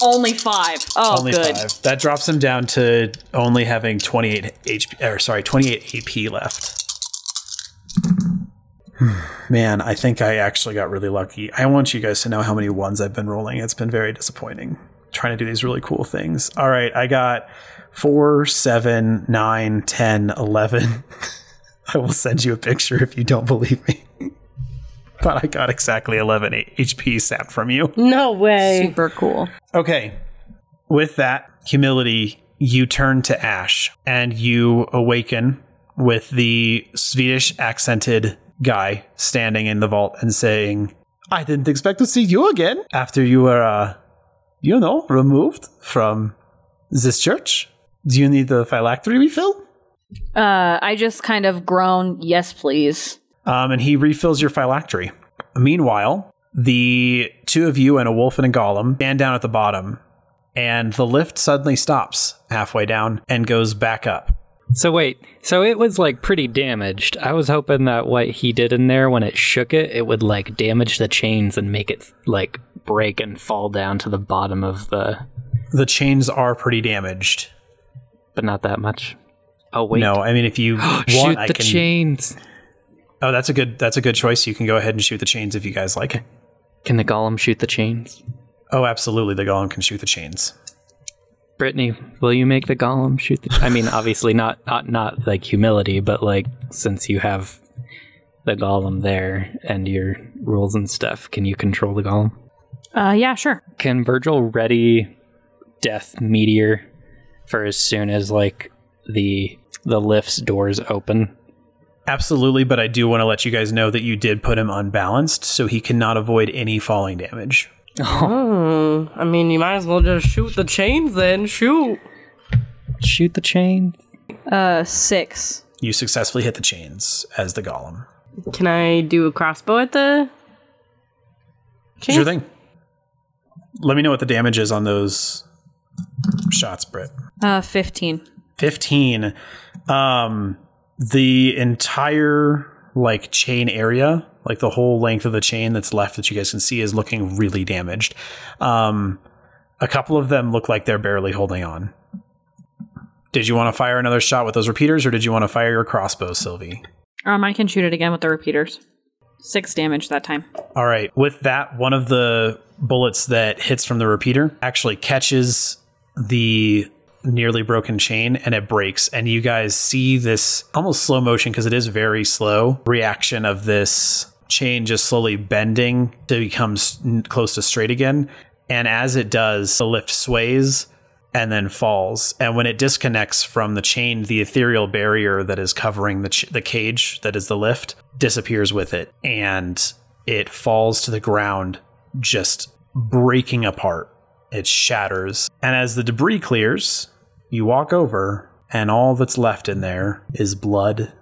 Speaker 1: Only 5. Oh
Speaker 5: only
Speaker 1: good.
Speaker 5: five. That drops him down to only having 28 HP, or sorry, 28 AP left. Man, I think I actually got really lucky. I want you guys to know how many ones I've been rolling. It's been very disappointing. Trying to do these really cool things. All right, I got four, seven, nine, ten, eleven. I will send you a picture if you don't believe me. but I got exactly 11 HP sapped from you.
Speaker 7: No way.
Speaker 1: Super cool.
Speaker 5: Okay. With that humility, you turn to Ash and you awaken with the Swedish accented guy standing in the vault and saying, I didn't expect to see you again after you were, uh, you know, removed from this church. Do you need the phylactery refill?
Speaker 1: Uh, I just kind of groan, yes, please.
Speaker 5: um, and he refills your phylactery. Meanwhile, the two of you and a wolf and a golem stand down at the bottom, and the lift suddenly stops halfway down and goes back up.
Speaker 4: So wait, so it was like pretty damaged. I was hoping that what he did in there when it shook it, it would like damage the chains and make it like break and fall down to the bottom of the
Speaker 5: The chains are pretty damaged.
Speaker 4: but not that much. Oh wait.
Speaker 5: No, I mean if you want,
Speaker 4: Shoot
Speaker 5: I
Speaker 4: the
Speaker 5: can.
Speaker 4: chains.
Speaker 5: Oh, that's a good that's a good choice. You can go ahead and shoot the chains if you guys like. it.
Speaker 4: Can the golem shoot the chains?
Speaker 5: Oh, absolutely, the golem can shoot the chains.
Speaker 4: Brittany, will you make the golem shoot the I mean, obviously not not not like humility, but like since you have the golem there and your rules and stuff, can you control the golem?
Speaker 1: Uh, yeah, sure.
Speaker 4: Can Virgil ready death meteor for as soon as like the the lift's doors open?
Speaker 5: Absolutely, but I do want to let you guys know that you did put him unbalanced, so he cannot avoid any falling damage.
Speaker 7: Oh, I mean, you might as well just shoot the chains then. Shoot.
Speaker 4: Shoot the chain.
Speaker 1: Uh, six.
Speaker 5: You successfully hit the chains as the golem.
Speaker 7: Can I do a crossbow at the? Chains?
Speaker 5: Sure thing. Let me know what the damage is on those shots, Britt.
Speaker 1: Uh, 15.
Speaker 5: 15. Um, the entire like chain area, like the whole length of the chain that's left that you guys can see is looking really damaged. Um, a couple of them look like they're barely holding on. Did you want to fire another shot with those repeaters or did you want to fire your crossbow, Sylvie?
Speaker 1: Um, I can shoot it again with the repeaters. Six damage that time.
Speaker 5: All right. With that, one of the bullets that hits from the repeater actually catches the nearly broken chain and it breaks. And you guys see this almost slow motion because it is very slow reaction of this chain just slowly bending to become s- n- close to straight again. And as it does, the lift sways and then falls. And when it disconnects from the chain, the ethereal barrier that is covering the, ch- the cage that is the lift disappears with it. And it falls to the ground, just breaking apart. It shatters. And as the debris clears, you walk over, and all that's left in there is blood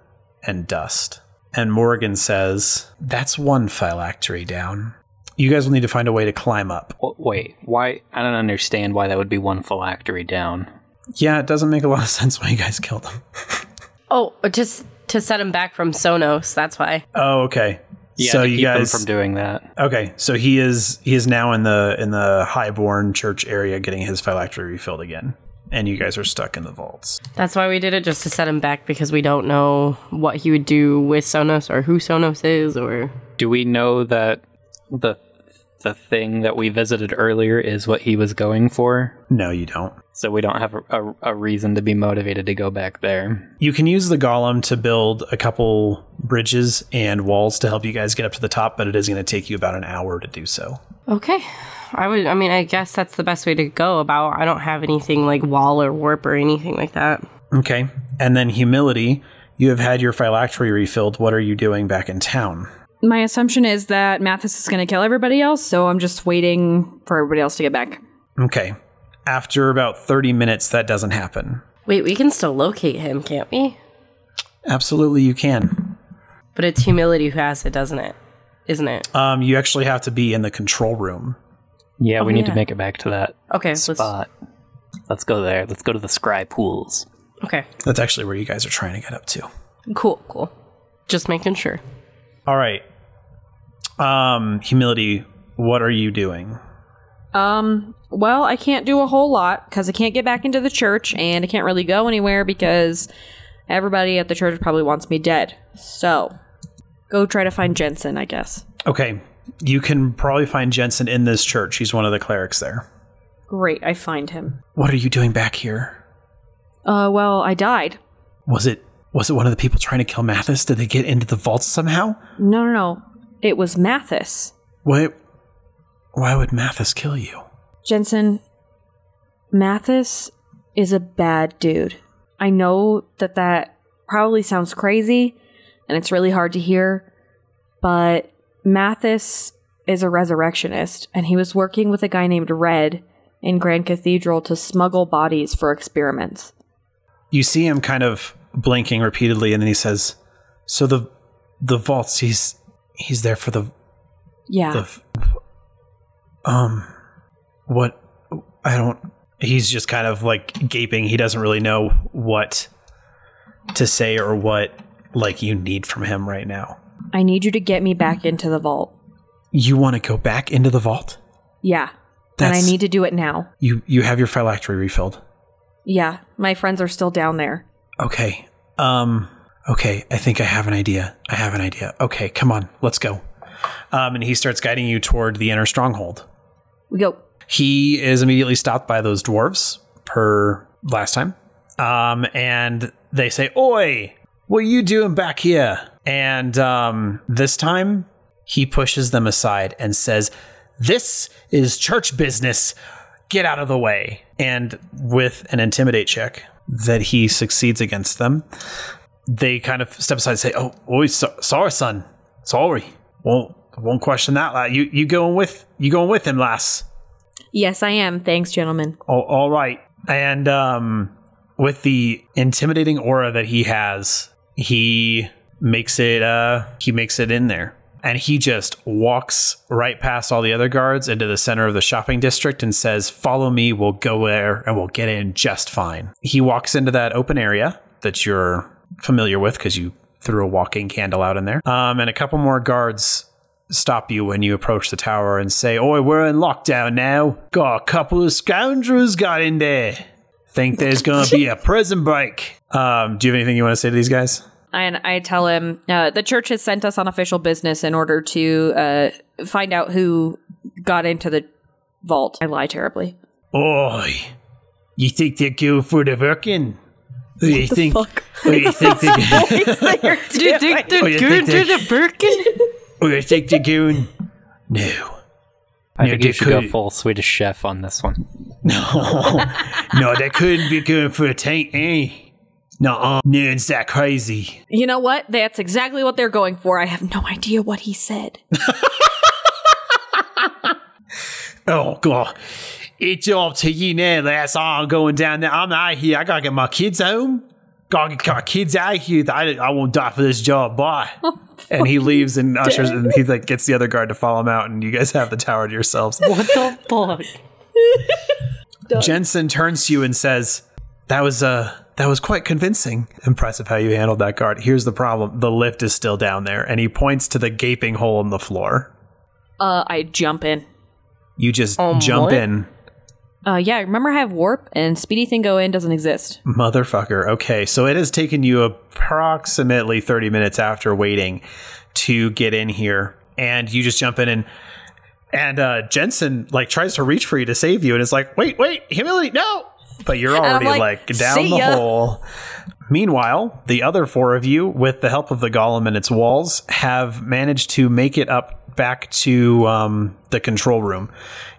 Speaker 5: and dust. And Morgan says, That's one phylactery down. You guys will need to find a way to climb up.
Speaker 4: W- Wait, why? I don't understand why that would be one phylactery down.
Speaker 5: Yeah, it doesn't make a lot of sense why you guys killed him.
Speaker 7: Oh, just to set him back from Sonos. That's why.
Speaker 5: Oh, okay.
Speaker 4: Yeah,
Speaker 5: so
Speaker 4: to
Speaker 5: you
Speaker 4: keep them
Speaker 5: guys
Speaker 4: from doing that.
Speaker 5: Okay, so he is he is now in the in the highborn church area getting his phylactery refilled again. And you guys are stuck in the vaults.
Speaker 7: That's why we did it just to set him back because we don't know what he would do with Sonos or who Sonos is or
Speaker 4: Do we know that the the thing that we visited earlier is what he was going for?
Speaker 5: No, you don't.
Speaker 4: So we don't have a, a, a reason to be motivated to go back there.
Speaker 5: You can use the golem to build a couple bridges and walls to help you guys get up to the top, but it is going to take you about an hour to do so.
Speaker 7: Okay. I would I mean I guess that's the best way to go about I don't have anything like wall or warp or anything like that.
Speaker 5: Okay. And then humility, you have had your phylactery refilled. What are you doing back in town?
Speaker 1: My assumption is that Mathis is going to kill everybody else, so I'm just waiting for everybody else to get back.
Speaker 5: Okay. After about 30 minutes, that doesn't happen.
Speaker 7: Wait, we can still locate him, can't we?
Speaker 5: Absolutely, you can.
Speaker 7: But it's humility who has it, doesn't it? Isn't it?
Speaker 5: Um, you actually have to be in the control room.
Speaker 4: Yeah, we need to
Speaker 7: Oh, yeah.
Speaker 4: make it back to that
Speaker 7: Okay, let's
Speaker 4: spot. Let's go there. Let's go to the scry pools.
Speaker 7: Okay.
Speaker 5: That's actually where you guys are trying to get up to.
Speaker 7: Cool, cool. Just making sure.
Speaker 5: All right. Um, humility, what are you doing?
Speaker 1: Um, well, I can't do a whole lot because I can't get back into the church and I can't really go anywhere because everybody at the church probably wants me dead. So Go try to find Jensen, I guess.
Speaker 5: Okay. You can probably find Jensen in this church. He's one of the clerics there.
Speaker 1: Great, I find him.
Speaker 5: What are you doing back here?
Speaker 1: Uh, well, I died.
Speaker 5: Was it was it one of the people trying to kill Mathis? Did they get into the vault somehow?
Speaker 1: No, no, no. It was Mathis.
Speaker 5: Why why would Mathis kill you?
Speaker 1: Jensen, Mathis is a bad dude. I know that that probably sounds crazy and it's really hard to hear, but Mathis is a resurrectionist and he was working with a guy named Red in Grand Cathedral to smuggle bodies for experiments.
Speaker 5: You see him kind of blinking repeatedly and then he says, "So the the vaults he's he's there for the
Speaker 1: Yeah.
Speaker 5: the f- um what i don't he's just kind of like gaping he doesn't really know what to say or what like you need from him right now
Speaker 1: I need you to get me back into the vault.
Speaker 5: you want to go back into the vault
Speaker 1: Yeah. and
Speaker 5: That's-
Speaker 1: I need to do it now.
Speaker 5: you you have your phylactery refilled
Speaker 1: Yeah. My friends are still down there.
Speaker 5: okay um okay i think i have an idea i have an idea okay come on let's go um and he starts guiding you toward the inner stronghold
Speaker 1: We go.
Speaker 5: He is immediately stopped by those dwarves per last time. Um, and they say, Oi, what are you doing back here? And um, this time he pushes them aside and says, This is church business. Get out of the way. And with an intimidate check that he succeeds against them, they kind of step aside and say, Oh, oi, so- sorry, son. Sorry. Won't, won't question that. Lad. You, you going with, you going with him, lass
Speaker 1: Yes, I am. Thanks, gentlemen.
Speaker 5: all, all right and um with the intimidating aura that he has he makes it uh he makes it in there and he just walks right past all the other guards into the center of the shopping district and says follow me we'll go there and we'll get in just fine he walks into that open area that you're familiar with because you threw a walking candle out in there um and a couple more guards stop you when you approach the tower and say, Oi, we're in lockdown now. Got a couple of scoundrels got in there. Think there's gonna be a prison break. Um, do you have anything you want to say to these guys?
Speaker 1: And I tell him uh, the church has sent us on official business in order to uh, find out who got into the vault. I lie terribly.
Speaker 5: Oi, you think they're going for the working? Who you think? Who you think they're
Speaker 7: Dude,
Speaker 5: you think they-
Speaker 7: the Birkin?
Speaker 5: who you think they're going? No,
Speaker 4: I
Speaker 5: Yeah,
Speaker 4: think you
Speaker 5: they
Speaker 4: should go
Speaker 5: could-
Speaker 4: full Swedish chef on this one.
Speaker 5: no, no, they couldn't be going for a tank, eh? Nuh-uh. No, it's that crazy.
Speaker 1: You know what? That's exactly what they're going for. I have no idea what he said.
Speaker 5: Oh god. It's up to you now, lass. I'm going down there. I'm out here. I gotta get my kids home. Gotta get my kids out of here. I, I won't die for this job. Bye. and he leaves and ushers and he like gets the other guard to follow him out and you guys have the tower to yourselves.
Speaker 7: What the fuck?
Speaker 5: Jensen turns to you and says, That was uh that was quite convincing. Impressive how you handled that guard. Here's the problem. The lift is still down there, and he points to the gaping hole in the floor.
Speaker 1: Uh, I jump in.
Speaker 5: You just jump
Speaker 7: what?
Speaker 5: in.
Speaker 1: Uh, yeah, remember I have warp and Speedy Thing Go In doesn't exist.
Speaker 5: Motherfucker. Okay, so it has taken you approximately 30 minutes after waiting to get in here, and you just jump in and and uh, Jensen like tries to reach for you to save you, and it's like, wait, wait, humility, no! But you're
Speaker 1: I'm
Speaker 5: already
Speaker 1: like,
Speaker 5: like, down
Speaker 1: "See
Speaker 5: the
Speaker 1: ya."
Speaker 5: hole. Meanwhile, the other four of you, with the help of the golem and its walls, have managed to make it up back to um, the control room.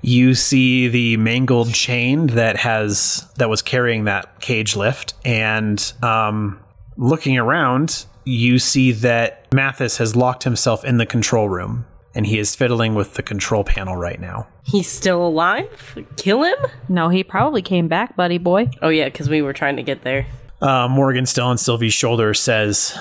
Speaker 5: You see the mangled chain that has that was carrying that cage lift, and um, looking around, you see that Mathis has locked himself in the control room, and he is fiddling with the control panel right now.
Speaker 7: He's still alive? Kill him?
Speaker 1: No, he probably came back, buddy boy.
Speaker 7: Oh yeah, because we were trying to get there.
Speaker 5: Uh, Morgan, still on Sylvie's shoulder, says,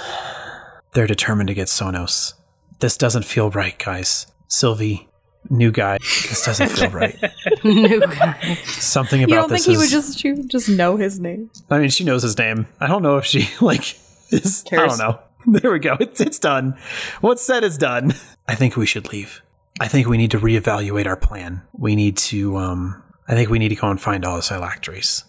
Speaker 5: They're determined to get Sonos. This doesn't feel right, guys. Sylvie, new guy, this doesn't feel right.
Speaker 7: New guy.
Speaker 5: Something about
Speaker 1: You don't
Speaker 5: this
Speaker 1: think he
Speaker 5: is,
Speaker 1: would just she would just know his name?
Speaker 5: I mean, she knows his name. I don't know if she, like, is. I don't know. There we go. It's, it's done. What's said is done. I think we should leave. I think we need to reevaluate our plan. We need to, um, I think we need to go and find all his phylacteries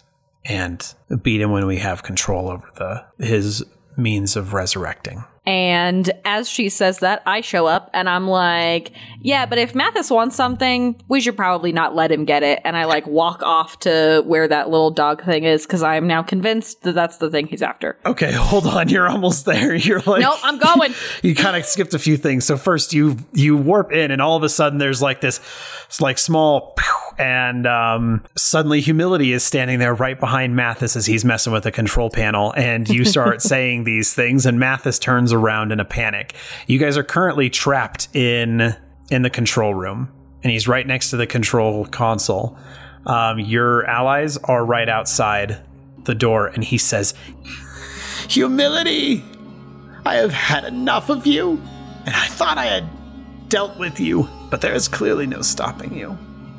Speaker 5: and beat him when we have control over the his means of resurrecting.
Speaker 1: And as she says that, I show up and I'm like, yeah, but if Mathis wants something, we should probably not let him get it. And I like walk off to where that little dog thing is because I am now convinced that that's the thing he's after.
Speaker 5: Okay, hold on. You're almost there. You're like
Speaker 1: Nope, I'm going.
Speaker 5: you kind of skipped a few things. So first you you warp in, and all of a sudden there's like this, it's like small, pew, and um, suddenly humility is standing there right behind Mathis as he's messing with the control panel, and you start saying these things, and Mathis turns around in a panic. You guys are currently trapped in in the control room, and he's right next to the control console. Um, your allies are right outside the door, and he says, Humility! I have had enough of you, and I thought I had dealt with you, but there is clearly no stopping you.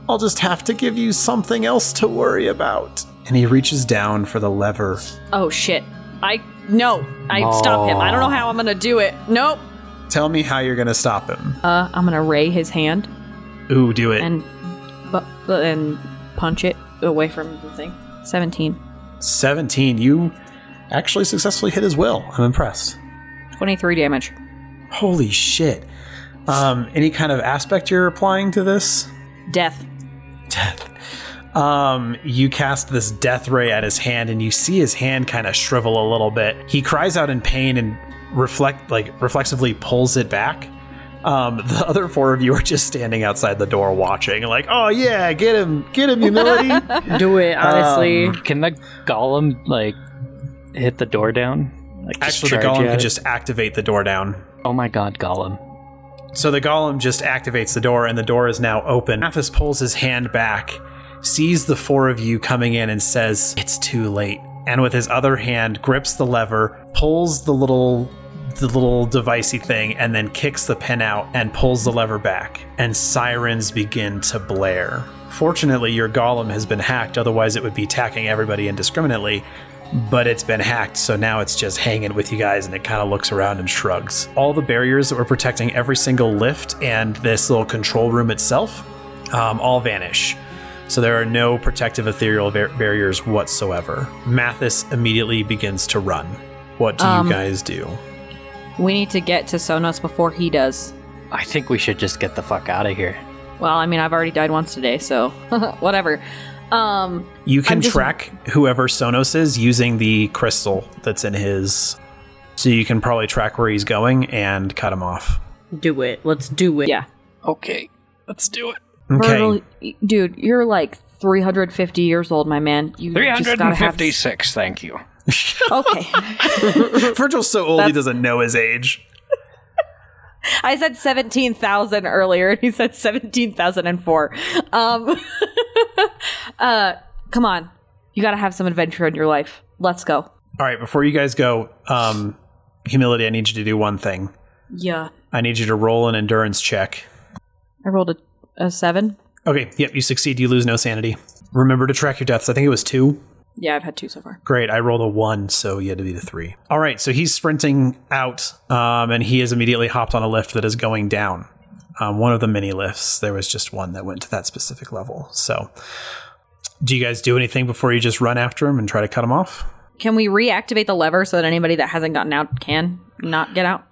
Speaker 5: I'll just have to give you something else to worry about. And he reaches down for the lever.
Speaker 1: Oh shit. I, no, I stop him. I don't know how I'm going to do it. Nope.
Speaker 5: Tell me how you're gonna stop him.
Speaker 1: Uh, I'm going to ray his hand
Speaker 5: Ooh, do it.
Speaker 1: and, bu- and punch it away from the thing. 17.
Speaker 5: 17. You actually successfully hit his will. I'm impressed.
Speaker 1: 23 damage.
Speaker 5: Holy shit. Um, any kind of aspect you're applying to this?
Speaker 1: Death.
Speaker 5: death. Um, you cast this death ray at his hand, and you see his hand kind of shrivel a little bit. He cries out in pain and reflect, like reflexively, pulls it back. Um, the other four of you are just standing outside the door watching, like, "Oh yeah, get him, get him, humility." Um,
Speaker 6: Do it, honestly.
Speaker 7: Um,
Speaker 4: Can the golem like hit the door down? Like just
Speaker 5: Actually, the
Speaker 4: charge
Speaker 5: golem
Speaker 4: at
Speaker 5: could
Speaker 4: it?
Speaker 5: just activate the door down.
Speaker 4: Oh my god, golem.
Speaker 5: So the golem just activates the door, and the door is now open. Mathis pulls his hand back, sees the four of you coming in, and says, It's too late. And with his other hand, grips the lever, pulls the little the little devicey thing and then kicks the pin out and pulls the lever back and sirens begin to blare fortunately your golem has been hacked otherwise it would be attacking everybody indiscriminately but it's been hacked, so now it's just hanging with you guys, and it kind of looks around and shrugs. All the barriers that were protecting every single lift and this little control room itself um, all vanish. So there are no protective ethereal bar- barriers whatsoever. Mathis immediately begins to run. What do
Speaker 1: Um,
Speaker 5: you guys do?
Speaker 1: We need to get to Sonos before he does.
Speaker 4: I think we should just get the fuck out of here.
Speaker 1: Well, I mean, I've already died once today, so whatever. Um,
Speaker 5: You can
Speaker 1: I'm just-
Speaker 5: track whoever Sonos is using the crystal that's in his. So you can probably track where he's going and cut him off.
Speaker 7: Do it. Let's do it.
Speaker 1: yeah.
Speaker 4: Okay, let's do it.
Speaker 5: Okay.
Speaker 1: Virgil, y- dude, you're like 350 years old, my man. You just gotta have-
Speaker 4: thank you.
Speaker 1: Okay.
Speaker 5: Virgil's so old he doesn't know his age.
Speaker 1: I said 17,000 earlier, and he said 17,004. Um, uh, come on. You gotta have some adventure in your life. Let's go.
Speaker 5: All right, before you guys go, um, humility, I need you to do one thing.
Speaker 1: Yeah.
Speaker 5: I need you to roll an endurance check.
Speaker 1: I rolled a, a seven.
Speaker 5: Okay, yep, you succeed. You lose no sanity. Remember to track your deaths. I think it was two.
Speaker 1: Yeah, I've had two so far.
Speaker 5: Great, I rolled a one, so you had to be the three. All right, so he's sprinting out, um, and he has immediately hopped on a lift that is going down. Um, one of the mini lifts. There was just one that went to that specific level. So, do you guys do anything before you just run after him and try to cut him off?
Speaker 1: Can we reactivate the lever so that anybody that hasn't gotten out can not get out?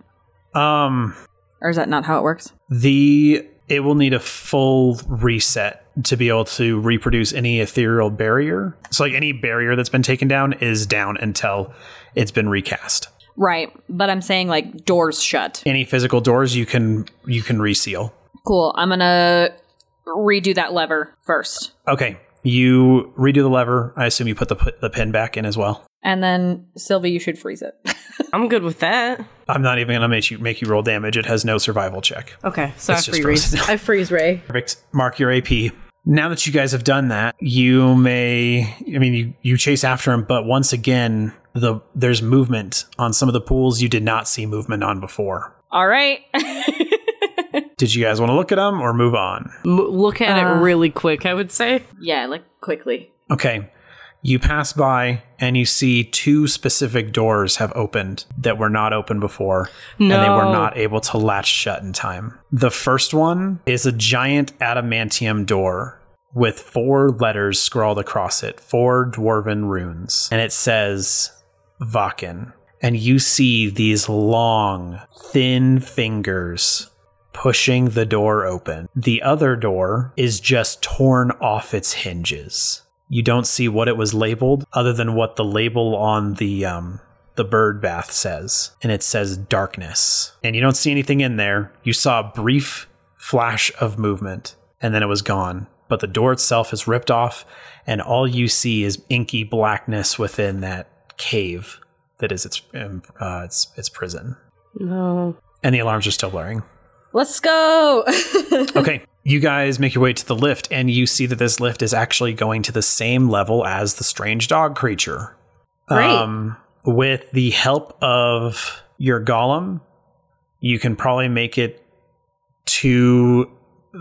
Speaker 5: Um,
Speaker 1: Or is that not how it works?
Speaker 5: the it will need a full reset to be able to reproduce any ethereal barrier. So like any barrier that's been taken down is down until it's been recast.
Speaker 1: Right, but I'm saying like doors shut.
Speaker 5: Any physical doors you can you can reseal.
Speaker 1: Cool. I'm gonna redo that lever first,
Speaker 5: Okay, you redo the lever. I assume you put the put the pin back in as well.
Speaker 1: and then Sylvie, you should freeze it.
Speaker 7: I'm good with that.
Speaker 5: I'm not even gonna make you make you roll damage. It has no survival check.
Speaker 7: Okay, so
Speaker 5: It's
Speaker 7: I
Speaker 5: just
Speaker 7: free read.
Speaker 5: frozen.
Speaker 6: I freeze Ray.
Speaker 5: Perfect. Mark your AP. Now that you guys have done that, you may I mean you, you chase after him, but once again, the there's movement on some of the pools you did not see movement on before.
Speaker 1: All right.
Speaker 5: Did you guys want to look at them or move on?
Speaker 7: M- look at it really quick, I would say.
Speaker 1: yeah, like quickly.
Speaker 5: Okay. You pass by and you see two specific doors have opened that were not open before, and they were
Speaker 7: No.
Speaker 5: not able to latch shut in time. The first one is a giant adamantium door with four letters scrawled across it, four dwarven runes, and it says Vakin. and you see these long, thin fingers pushing the door open. The other door is just torn off its hinges. You don't see what it was labeled, other than what the label on the um, the bird bath says, and it says darkness. And you don't see anything in there. You saw a brief flash of movement, and then it was gone. But the door itself is ripped off, and all you see is inky blackness within that cave that is its um, uh, its its prison.
Speaker 7: No.
Speaker 5: And the alarms are still blaring.
Speaker 1: Let's go.
Speaker 5: Okay. You guys make your way to the lift, and you see that this lift is actually going to the same level as the strange dog creature. Um,
Speaker 7: Great.
Speaker 5: with the help of your golem, you can probably make it to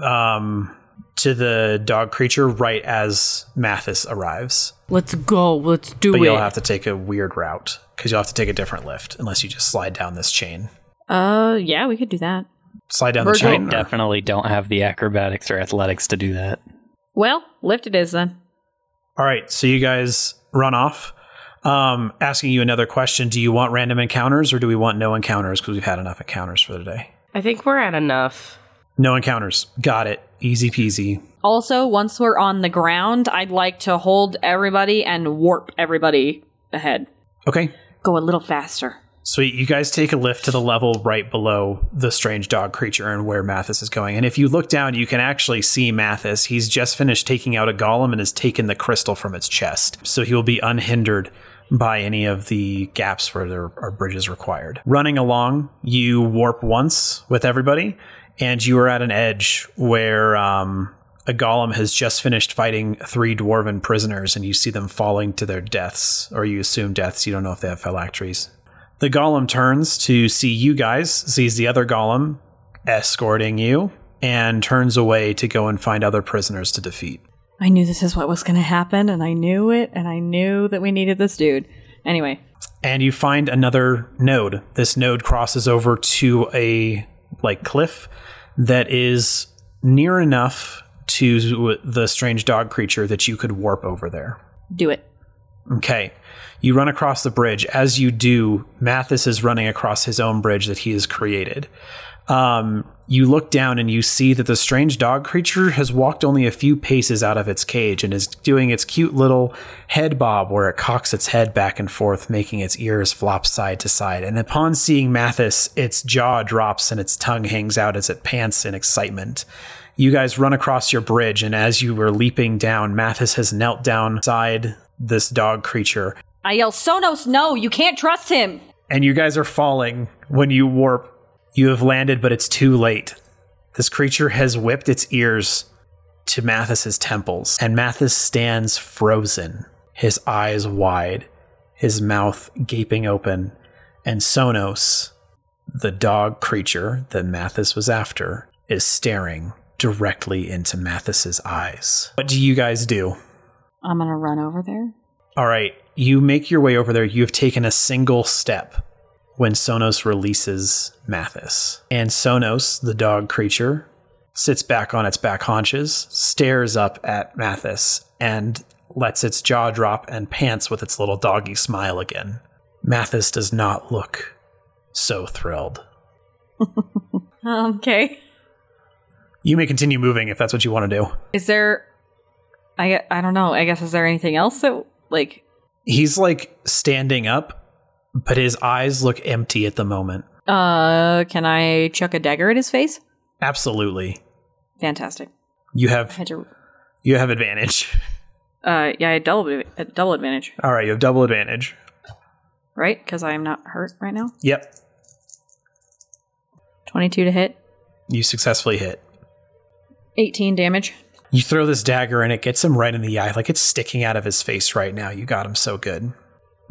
Speaker 5: um, to the dog creature right as Mathis arrives.
Speaker 7: Let's go. Let's do
Speaker 5: But
Speaker 7: it.
Speaker 5: you'll have to take a weird route because you'll have to take a different lift unless you just slide down this chain.
Speaker 1: uh, yeah, we could do that.
Speaker 5: Slide down the
Speaker 1: Virgil-
Speaker 4: I
Speaker 5: chain. or-
Speaker 4: definitely don't have the acrobatics or athletics to do that.
Speaker 1: Well, lift it is then.
Speaker 5: All right, so you guys run off. Um, asking you another question: Do you want random encounters, or do we want no encounters? Because we've had enough encounters for the day.
Speaker 7: I think we're at enough.
Speaker 5: No encounters. Got it. Easy peasy.
Speaker 1: Also, once we're on the ground, I'd like to hold everybody and warp everybody ahead.
Speaker 5: Okay.
Speaker 1: Go a little faster.
Speaker 5: So you guys take a lift to the level right below the strange dog creature and where Mathis is going. And if you look down, you can actually see Mathis. He's just finished taking out a golem and has taken the crystal from its chest. So he will be unhindered by any of the gaps where there are bridges required. Running along, you warp once with everybody, and you are at an edge where um, a golem has just finished fighting three dwarven prisoners, and you see them falling to their deaths, or you assume deaths. You don't know if they have phylacteries. The golem turns to see you guys, sees the other golem escorting you, and turns away to go and find other prisoners to defeat.
Speaker 1: I knew this is what was going to happen, and I knew it, and I knew that we needed this dude. Anyway,
Speaker 5: And you find another node. This node crosses over to a like cliff that is near enough to the strange dog creature that you could warp over there.
Speaker 1: do it.
Speaker 5: Okay. You run across the bridge. As you do, Mathis is running across his own bridge that he has created. Um, you look down and you see that the strange dog creature has walked only a few paces out of its cage and is doing its cute little head bob where it cocks its head back and forth, making its ears flop side to side. And upon seeing Mathis, its jaw drops and its tongue hangs out as it pants in excitement. You guys run across your bridge, and as you were leaping down, Mathis has knelt down beside this dog creature
Speaker 1: I yell, Sonos, no, you can't trust him.
Speaker 5: and you guys are falling when you warp. You have landed, but it's too late. This creature has whipped its ears to Mathis's temples, and Mathis stands frozen, his eyes wide, his mouth gaping open, and Sonos, the dog creature that Mathis was after, is staring directly into Mathis's eyes. What do you guys do?
Speaker 1: I'm going to run over there.
Speaker 5: All right, you make your way over there. You've taken a single step when Sonos releases Mathis. And Sonos, the dog creature, sits back on its back haunches, stares up at Mathis, and lets its jaw drop and pants with its little doggy smile again. Mathis does not look so thrilled.
Speaker 1: Um, okay.
Speaker 5: You may continue moving if that's what you want to do.
Speaker 1: Is there. I, I don't know. I guess, is there anything else that, like,
Speaker 5: He's like standing up, but his eyes look empty at the moment.
Speaker 1: uh, can I chuck a dagger at his face?
Speaker 5: Absolutely.
Speaker 1: Fantastic.
Speaker 5: You
Speaker 1: I
Speaker 5: have
Speaker 1: had to.
Speaker 5: You have advantage.
Speaker 1: Uh, yeah, I had double, a double advantage,
Speaker 5: All right, you have double advantage.
Speaker 1: right? Because I am not hurt right now.
Speaker 5: Yep,
Speaker 1: 22 to hit,
Speaker 5: you successfully hit.
Speaker 1: 18 damage.
Speaker 5: You throw this dagger and it gets him right in the eye, like it's sticking out of his face right now. You got him so good.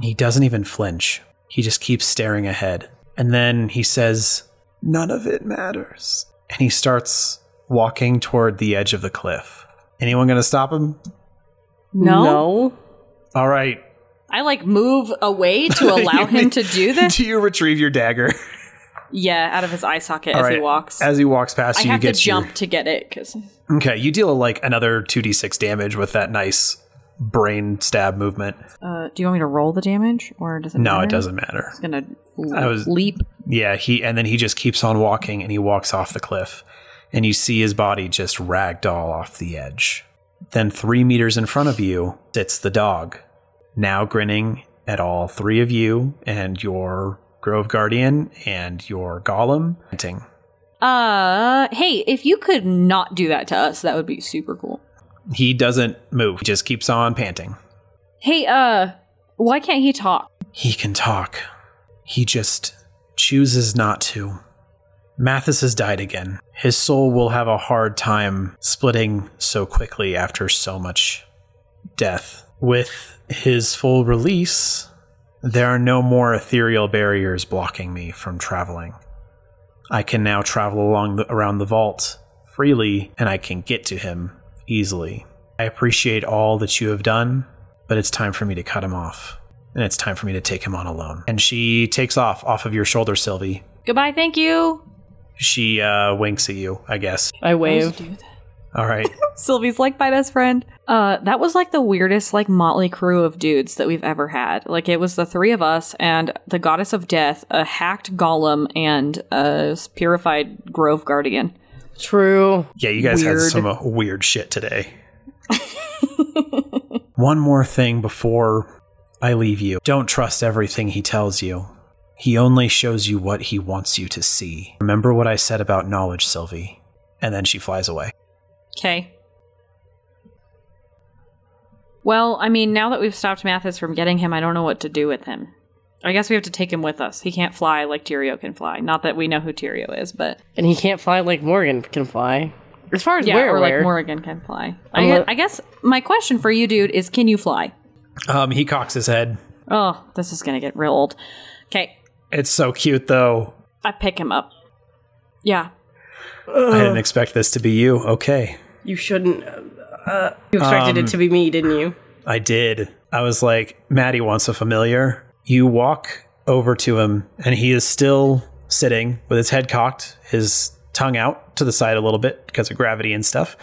Speaker 5: He doesn't even flinch. He just keeps staring ahead. And then he says, None of it matters. And he starts walking toward the edge of the cliff. Anyone gonna stop him?
Speaker 1: No?
Speaker 7: No.
Speaker 5: All right.
Speaker 1: I like move away to allow him to do this.
Speaker 5: Do you retrieve your dagger?
Speaker 1: Yeah, out of his eye socket
Speaker 5: All
Speaker 1: as he
Speaker 5: right,
Speaker 1: walks.
Speaker 5: As he walks past
Speaker 1: I
Speaker 5: you, you
Speaker 1: have to
Speaker 5: get your-
Speaker 1: jump to get it because
Speaker 5: Okay, you deal like another 2d6 damage with that nice brain stab movement.
Speaker 1: Uh, do you want me to roll the damage, or does it?
Speaker 5: No,
Speaker 1: matter?
Speaker 5: it doesn't matter.
Speaker 1: It's gonna
Speaker 5: I was-
Speaker 1: leap.
Speaker 5: Yeah, he and then he just keeps on walking and he walks off the cliff. And you see his body just ragdoll off the edge. Then three meters in front of you sits the dog, now grinning at all three of you and your Grove Guardian and your Golem. Panting.
Speaker 1: Uh, hey, if you could not do that to us, that would be super cool.
Speaker 5: He doesn't move, he just keeps on panting.
Speaker 1: Hey, uh, why can't he talk?
Speaker 5: He can talk. He just chooses not to. Mathis has died again. His soul will have a hard time splitting so quickly after so much death. With his full release, there are no more ethereal barriers blocking me from traveling. I can now travel along the, around the vault freely and I can get to him easily. I appreciate all that you have done, but it's time for me to cut him off and it's time for me to take him on alone. And she takes off off of your shoulder, Sylvie.
Speaker 1: Goodbye, thank you.
Speaker 5: She uh, winks at you, I guess.
Speaker 8: I wave.
Speaker 5: All right.
Speaker 1: Sylvie's like my best friend. Uh, that was like the weirdest like motley crew of dudes that we've ever had. Like it was the three of us and the goddess of death, a hacked golem, and a purified grove guardian.
Speaker 8: True.
Speaker 5: yeah, you guys had
Speaker 8: Weird.
Speaker 5: some uh, weird shit today. One more thing before I leave you. Don't trust everything he tells you. He only shows you what he wants you to see. Remember what I said about knowledge, Sylvie. And then she flies away.
Speaker 1: Okay. Well, I mean, now that we've stopped Mathis from getting him, I don't know what to do with him. I guess we have to take him with us. He can't fly like Tyrio can fly. Not that we know who Tyrio is, but
Speaker 8: And he can't fly like Morgan can fly. As far as
Speaker 1: yeah,
Speaker 8: we're
Speaker 1: or
Speaker 8: aware.
Speaker 1: like Morrigan can fly. I,
Speaker 8: I'm
Speaker 1: gue-
Speaker 8: a-
Speaker 1: I guess my question for you, dude, is can you fly?
Speaker 5: Um, he cocks his head.
Speaker 1: Oh, this is gonna get real old. Okay,
Speaker 5: It's so cute, though.
Speaker 1: I pick him up. Yeah,
Speaker 5: I didn't expect this to be you. Okay.
Speaker 7: You shouldn't. Uh, uh, you expected
Speaker 5: Um,
Speaker 7: it to be me, didn't you?
Speaker 5: I did. I was like, Maddie wants a familiar. You walk over to him, and he is still sitting with his head cocked, his tongue out to the side a little bit because of gravity and stuff.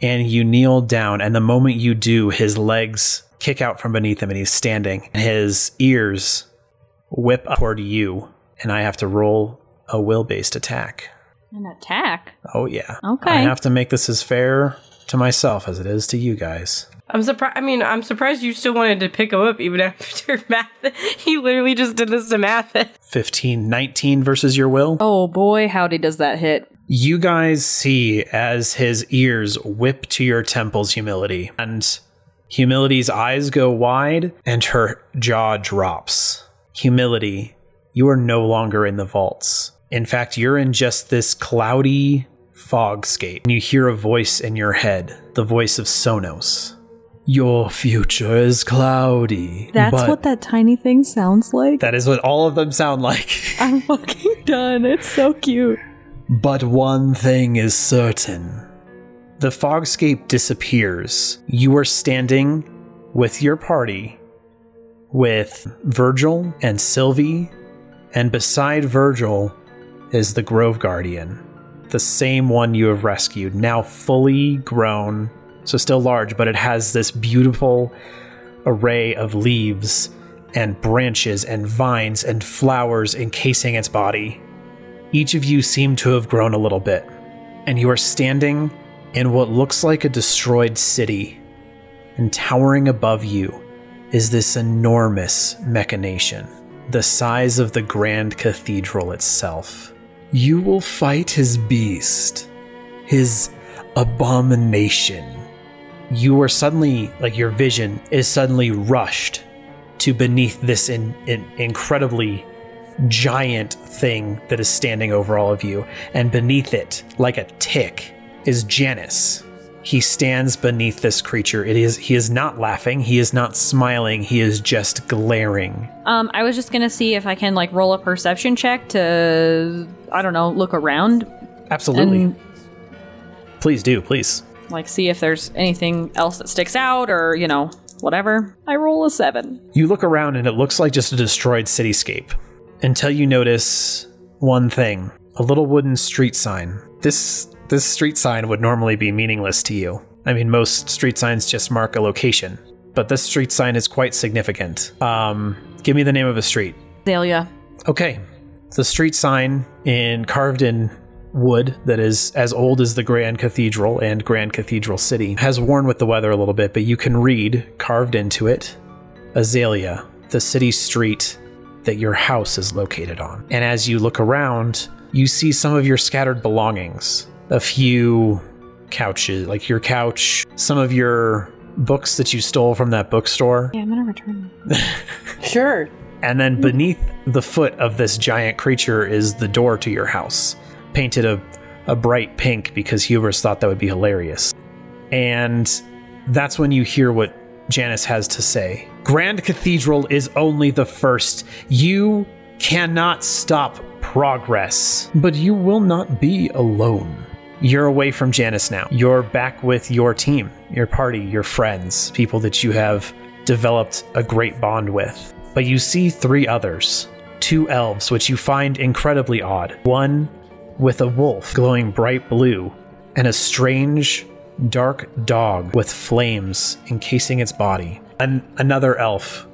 Speaker 5: And you kneel down, and the moment you do, his legs kick out from beneath him, and he's standing. His ears whip up toward you, and I have to roll a will based attack.
Speaker 1: an attack.
Speaker 5: Oh, yeah.
Speaker 1: Okay.
Speaker 5: I have to make this as fair to myself as it is to you guys.
Speaker 7: I'm surprised. I mean, I'm surprised you still wanted to pick him up even after math. He literally just did this to math.
Speaker 5: 15, 19 versus your will.
Speaker 1: Oh boy, howdy does that hit?
Speaker 5: You guys see as his ears whip to your temples, humility. And humility's eyes go wide and her jaw drops. Humility, you are no longer in the vaults. In fact, you're in just this cloudy fogscape. And you hear a voice in your head, the voice of Sonos. Your future is cloudy.
Speaker 1: That's
Speaker 5: but-
Speaker 1: what that tiny thing sounds like.
Speaker 5: That is what all of them sound like.
Speaker 1: I'm fucking done. It's so cute.
Speaker 5: But one thing is certain. The fogscape disappears. You are standing with your party, with Virgil and Sylvie, and beside Virgil is the Grove Guardian, the same one you have rescued, now fully grown, so still large, but it has this beautiful array of leaves and branches and vines and flowers encasing its body each of you seem to have grown a little bit, and you are standing in what looks like a destroyed city. And towering above you is this enormous machination, the size of the Grand Cathedral itself. You will fight his beast, his abomination. You are suddenly, like your vision is suddenly rushed to beneath this in, in, incredibly giant thing that is standing over all of you, and beneath it, like a tick, is Janus. He stands beneath this creature. It is he is not laughing, he is not smiling, he is just glaring.
Speaker 1: Um, I was just gonna see if I can like roll a perception check to I don't know, look around
Speaker 5: Absolutely.
Speaker 1: And-
Speaker 5: please do, please.
Speaker 1: like see if there's anything else that sticks out or you know whatever i roll a seven
Speaker 5: You look around and it looks like just a destroyed cityscape until you notice one thing, a little wooden street sign. This this street sign would normally be meaningless to you. I mean, most street signs just mark a location, but this street sign is quite significant. Um, give me the name of a street.
Speaker 1: Thalia.
Speaker 5: Okay. The street sign in carved in wood that is as old as the Grand Cathedral and Grand Cathedral City has worn with the weather a little bit, but you can read carved into it Azalea, the city street that your house is located on. And as you look around, you see some of your scattered belongings. A few couches, like your couch, some of your books that you stole from that bookstore.
Speaker 1: Yeah, I'm gonna return them.
Speaker 7: Sure.
Speaker 5: And then beneath the foot of this giant creature is the door to your house, painted a, a bright pink because Hubris thought that would be hilarious. And that's when you hear what Janice has to say. Grand Cathedral is only the first. You cannot stop progress, but you will not be alone. You're away from Janice now. You're back with your team, your party, your friends, people that you have developed a great bond with. But you see three others two elves, which you find incredibly odd. One with a wolf glowing bright blue, and a strange, dark dog with flames encasing its body. An- another elf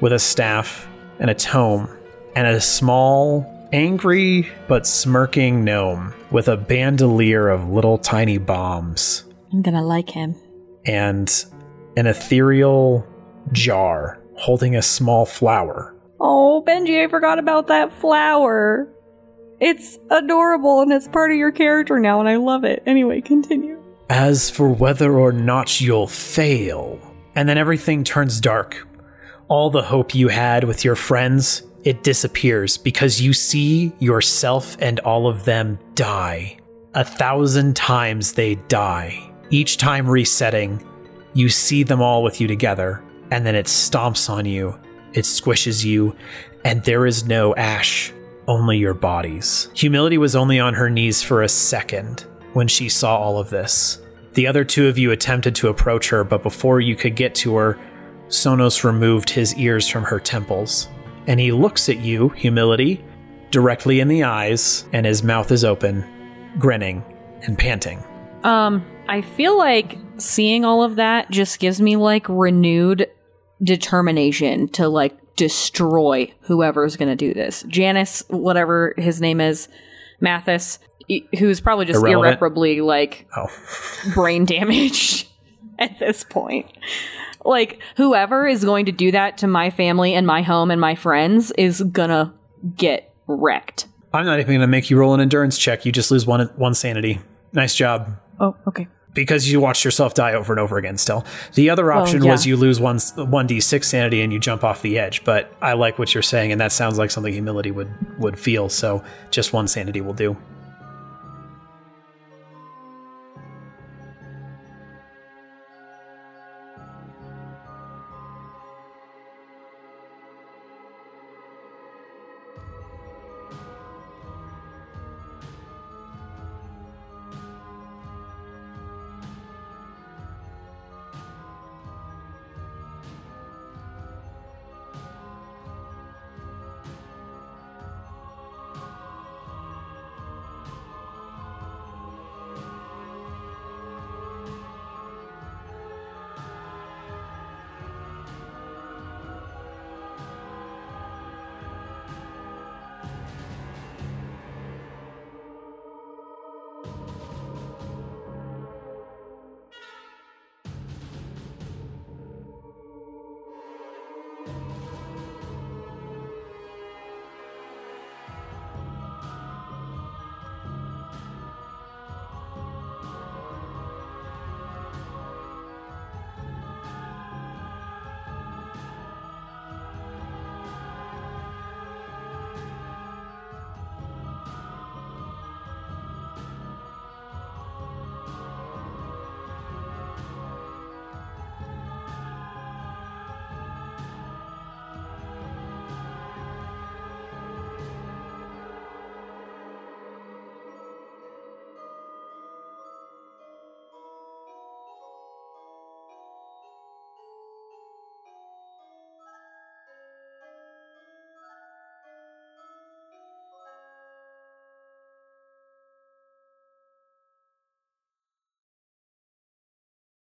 Speaker 5: with a staff and a tome and a small, angry but smirking gnome with a bandolier of little tiny bombs
Speaker 1: I'm gonna like him.
Speaker 5: and an ethereal jar holding a small flower.
Speaker 9: Oh, Benji, I forgot about that flower. It's adorable and it's part of your character now, and I love it. Anyway, continue.
Speaker 5: As for whether or not you'll fail. And then everything turns dark. All the hope you had with your friends, it disappears because you see yourself and all of them die. A thousand times they die. Each time resetting, you see them all with you together, and then it stomps on you, it squishes you, and there is no ash, only your bodies. Humility was only on her knees for a second when she saw all of this. The other two of you attempted to approach her, but before you could get to her, Sonos removed his ears from her temples. And he looks at you, Humility, directly in the eyes, and his mouth is open, grinning and panting.
Speaker 1: Um, I feel like seeing all of that just gives me like renewed determination to like destroy whoever's gonna do this. Janice, whatever his name is, Mathis, e- who's probably just
Speaker 5: Irrelevant.
Speaker 1: irreparably like
Speaker 5: Oh.
Speaker 1: brain damaged at this point. Like, whoever is going to do that to my family and my home and my friends is gonna get wrecked.
Speaker 5: I'm not even going to make you roll an endurance check. You just lose one one sanity. Nice job.
Speaker 1: Oh, okay.
Speaker 5: Because you watched yourself die over and over again still. The other option
Speaker 1: yeah.
Speaker 5: was you lose one 1d6 sanity and you jump off the edge, but I like what you're saying and that sounds like something humility would would feel, so just one sanity will do.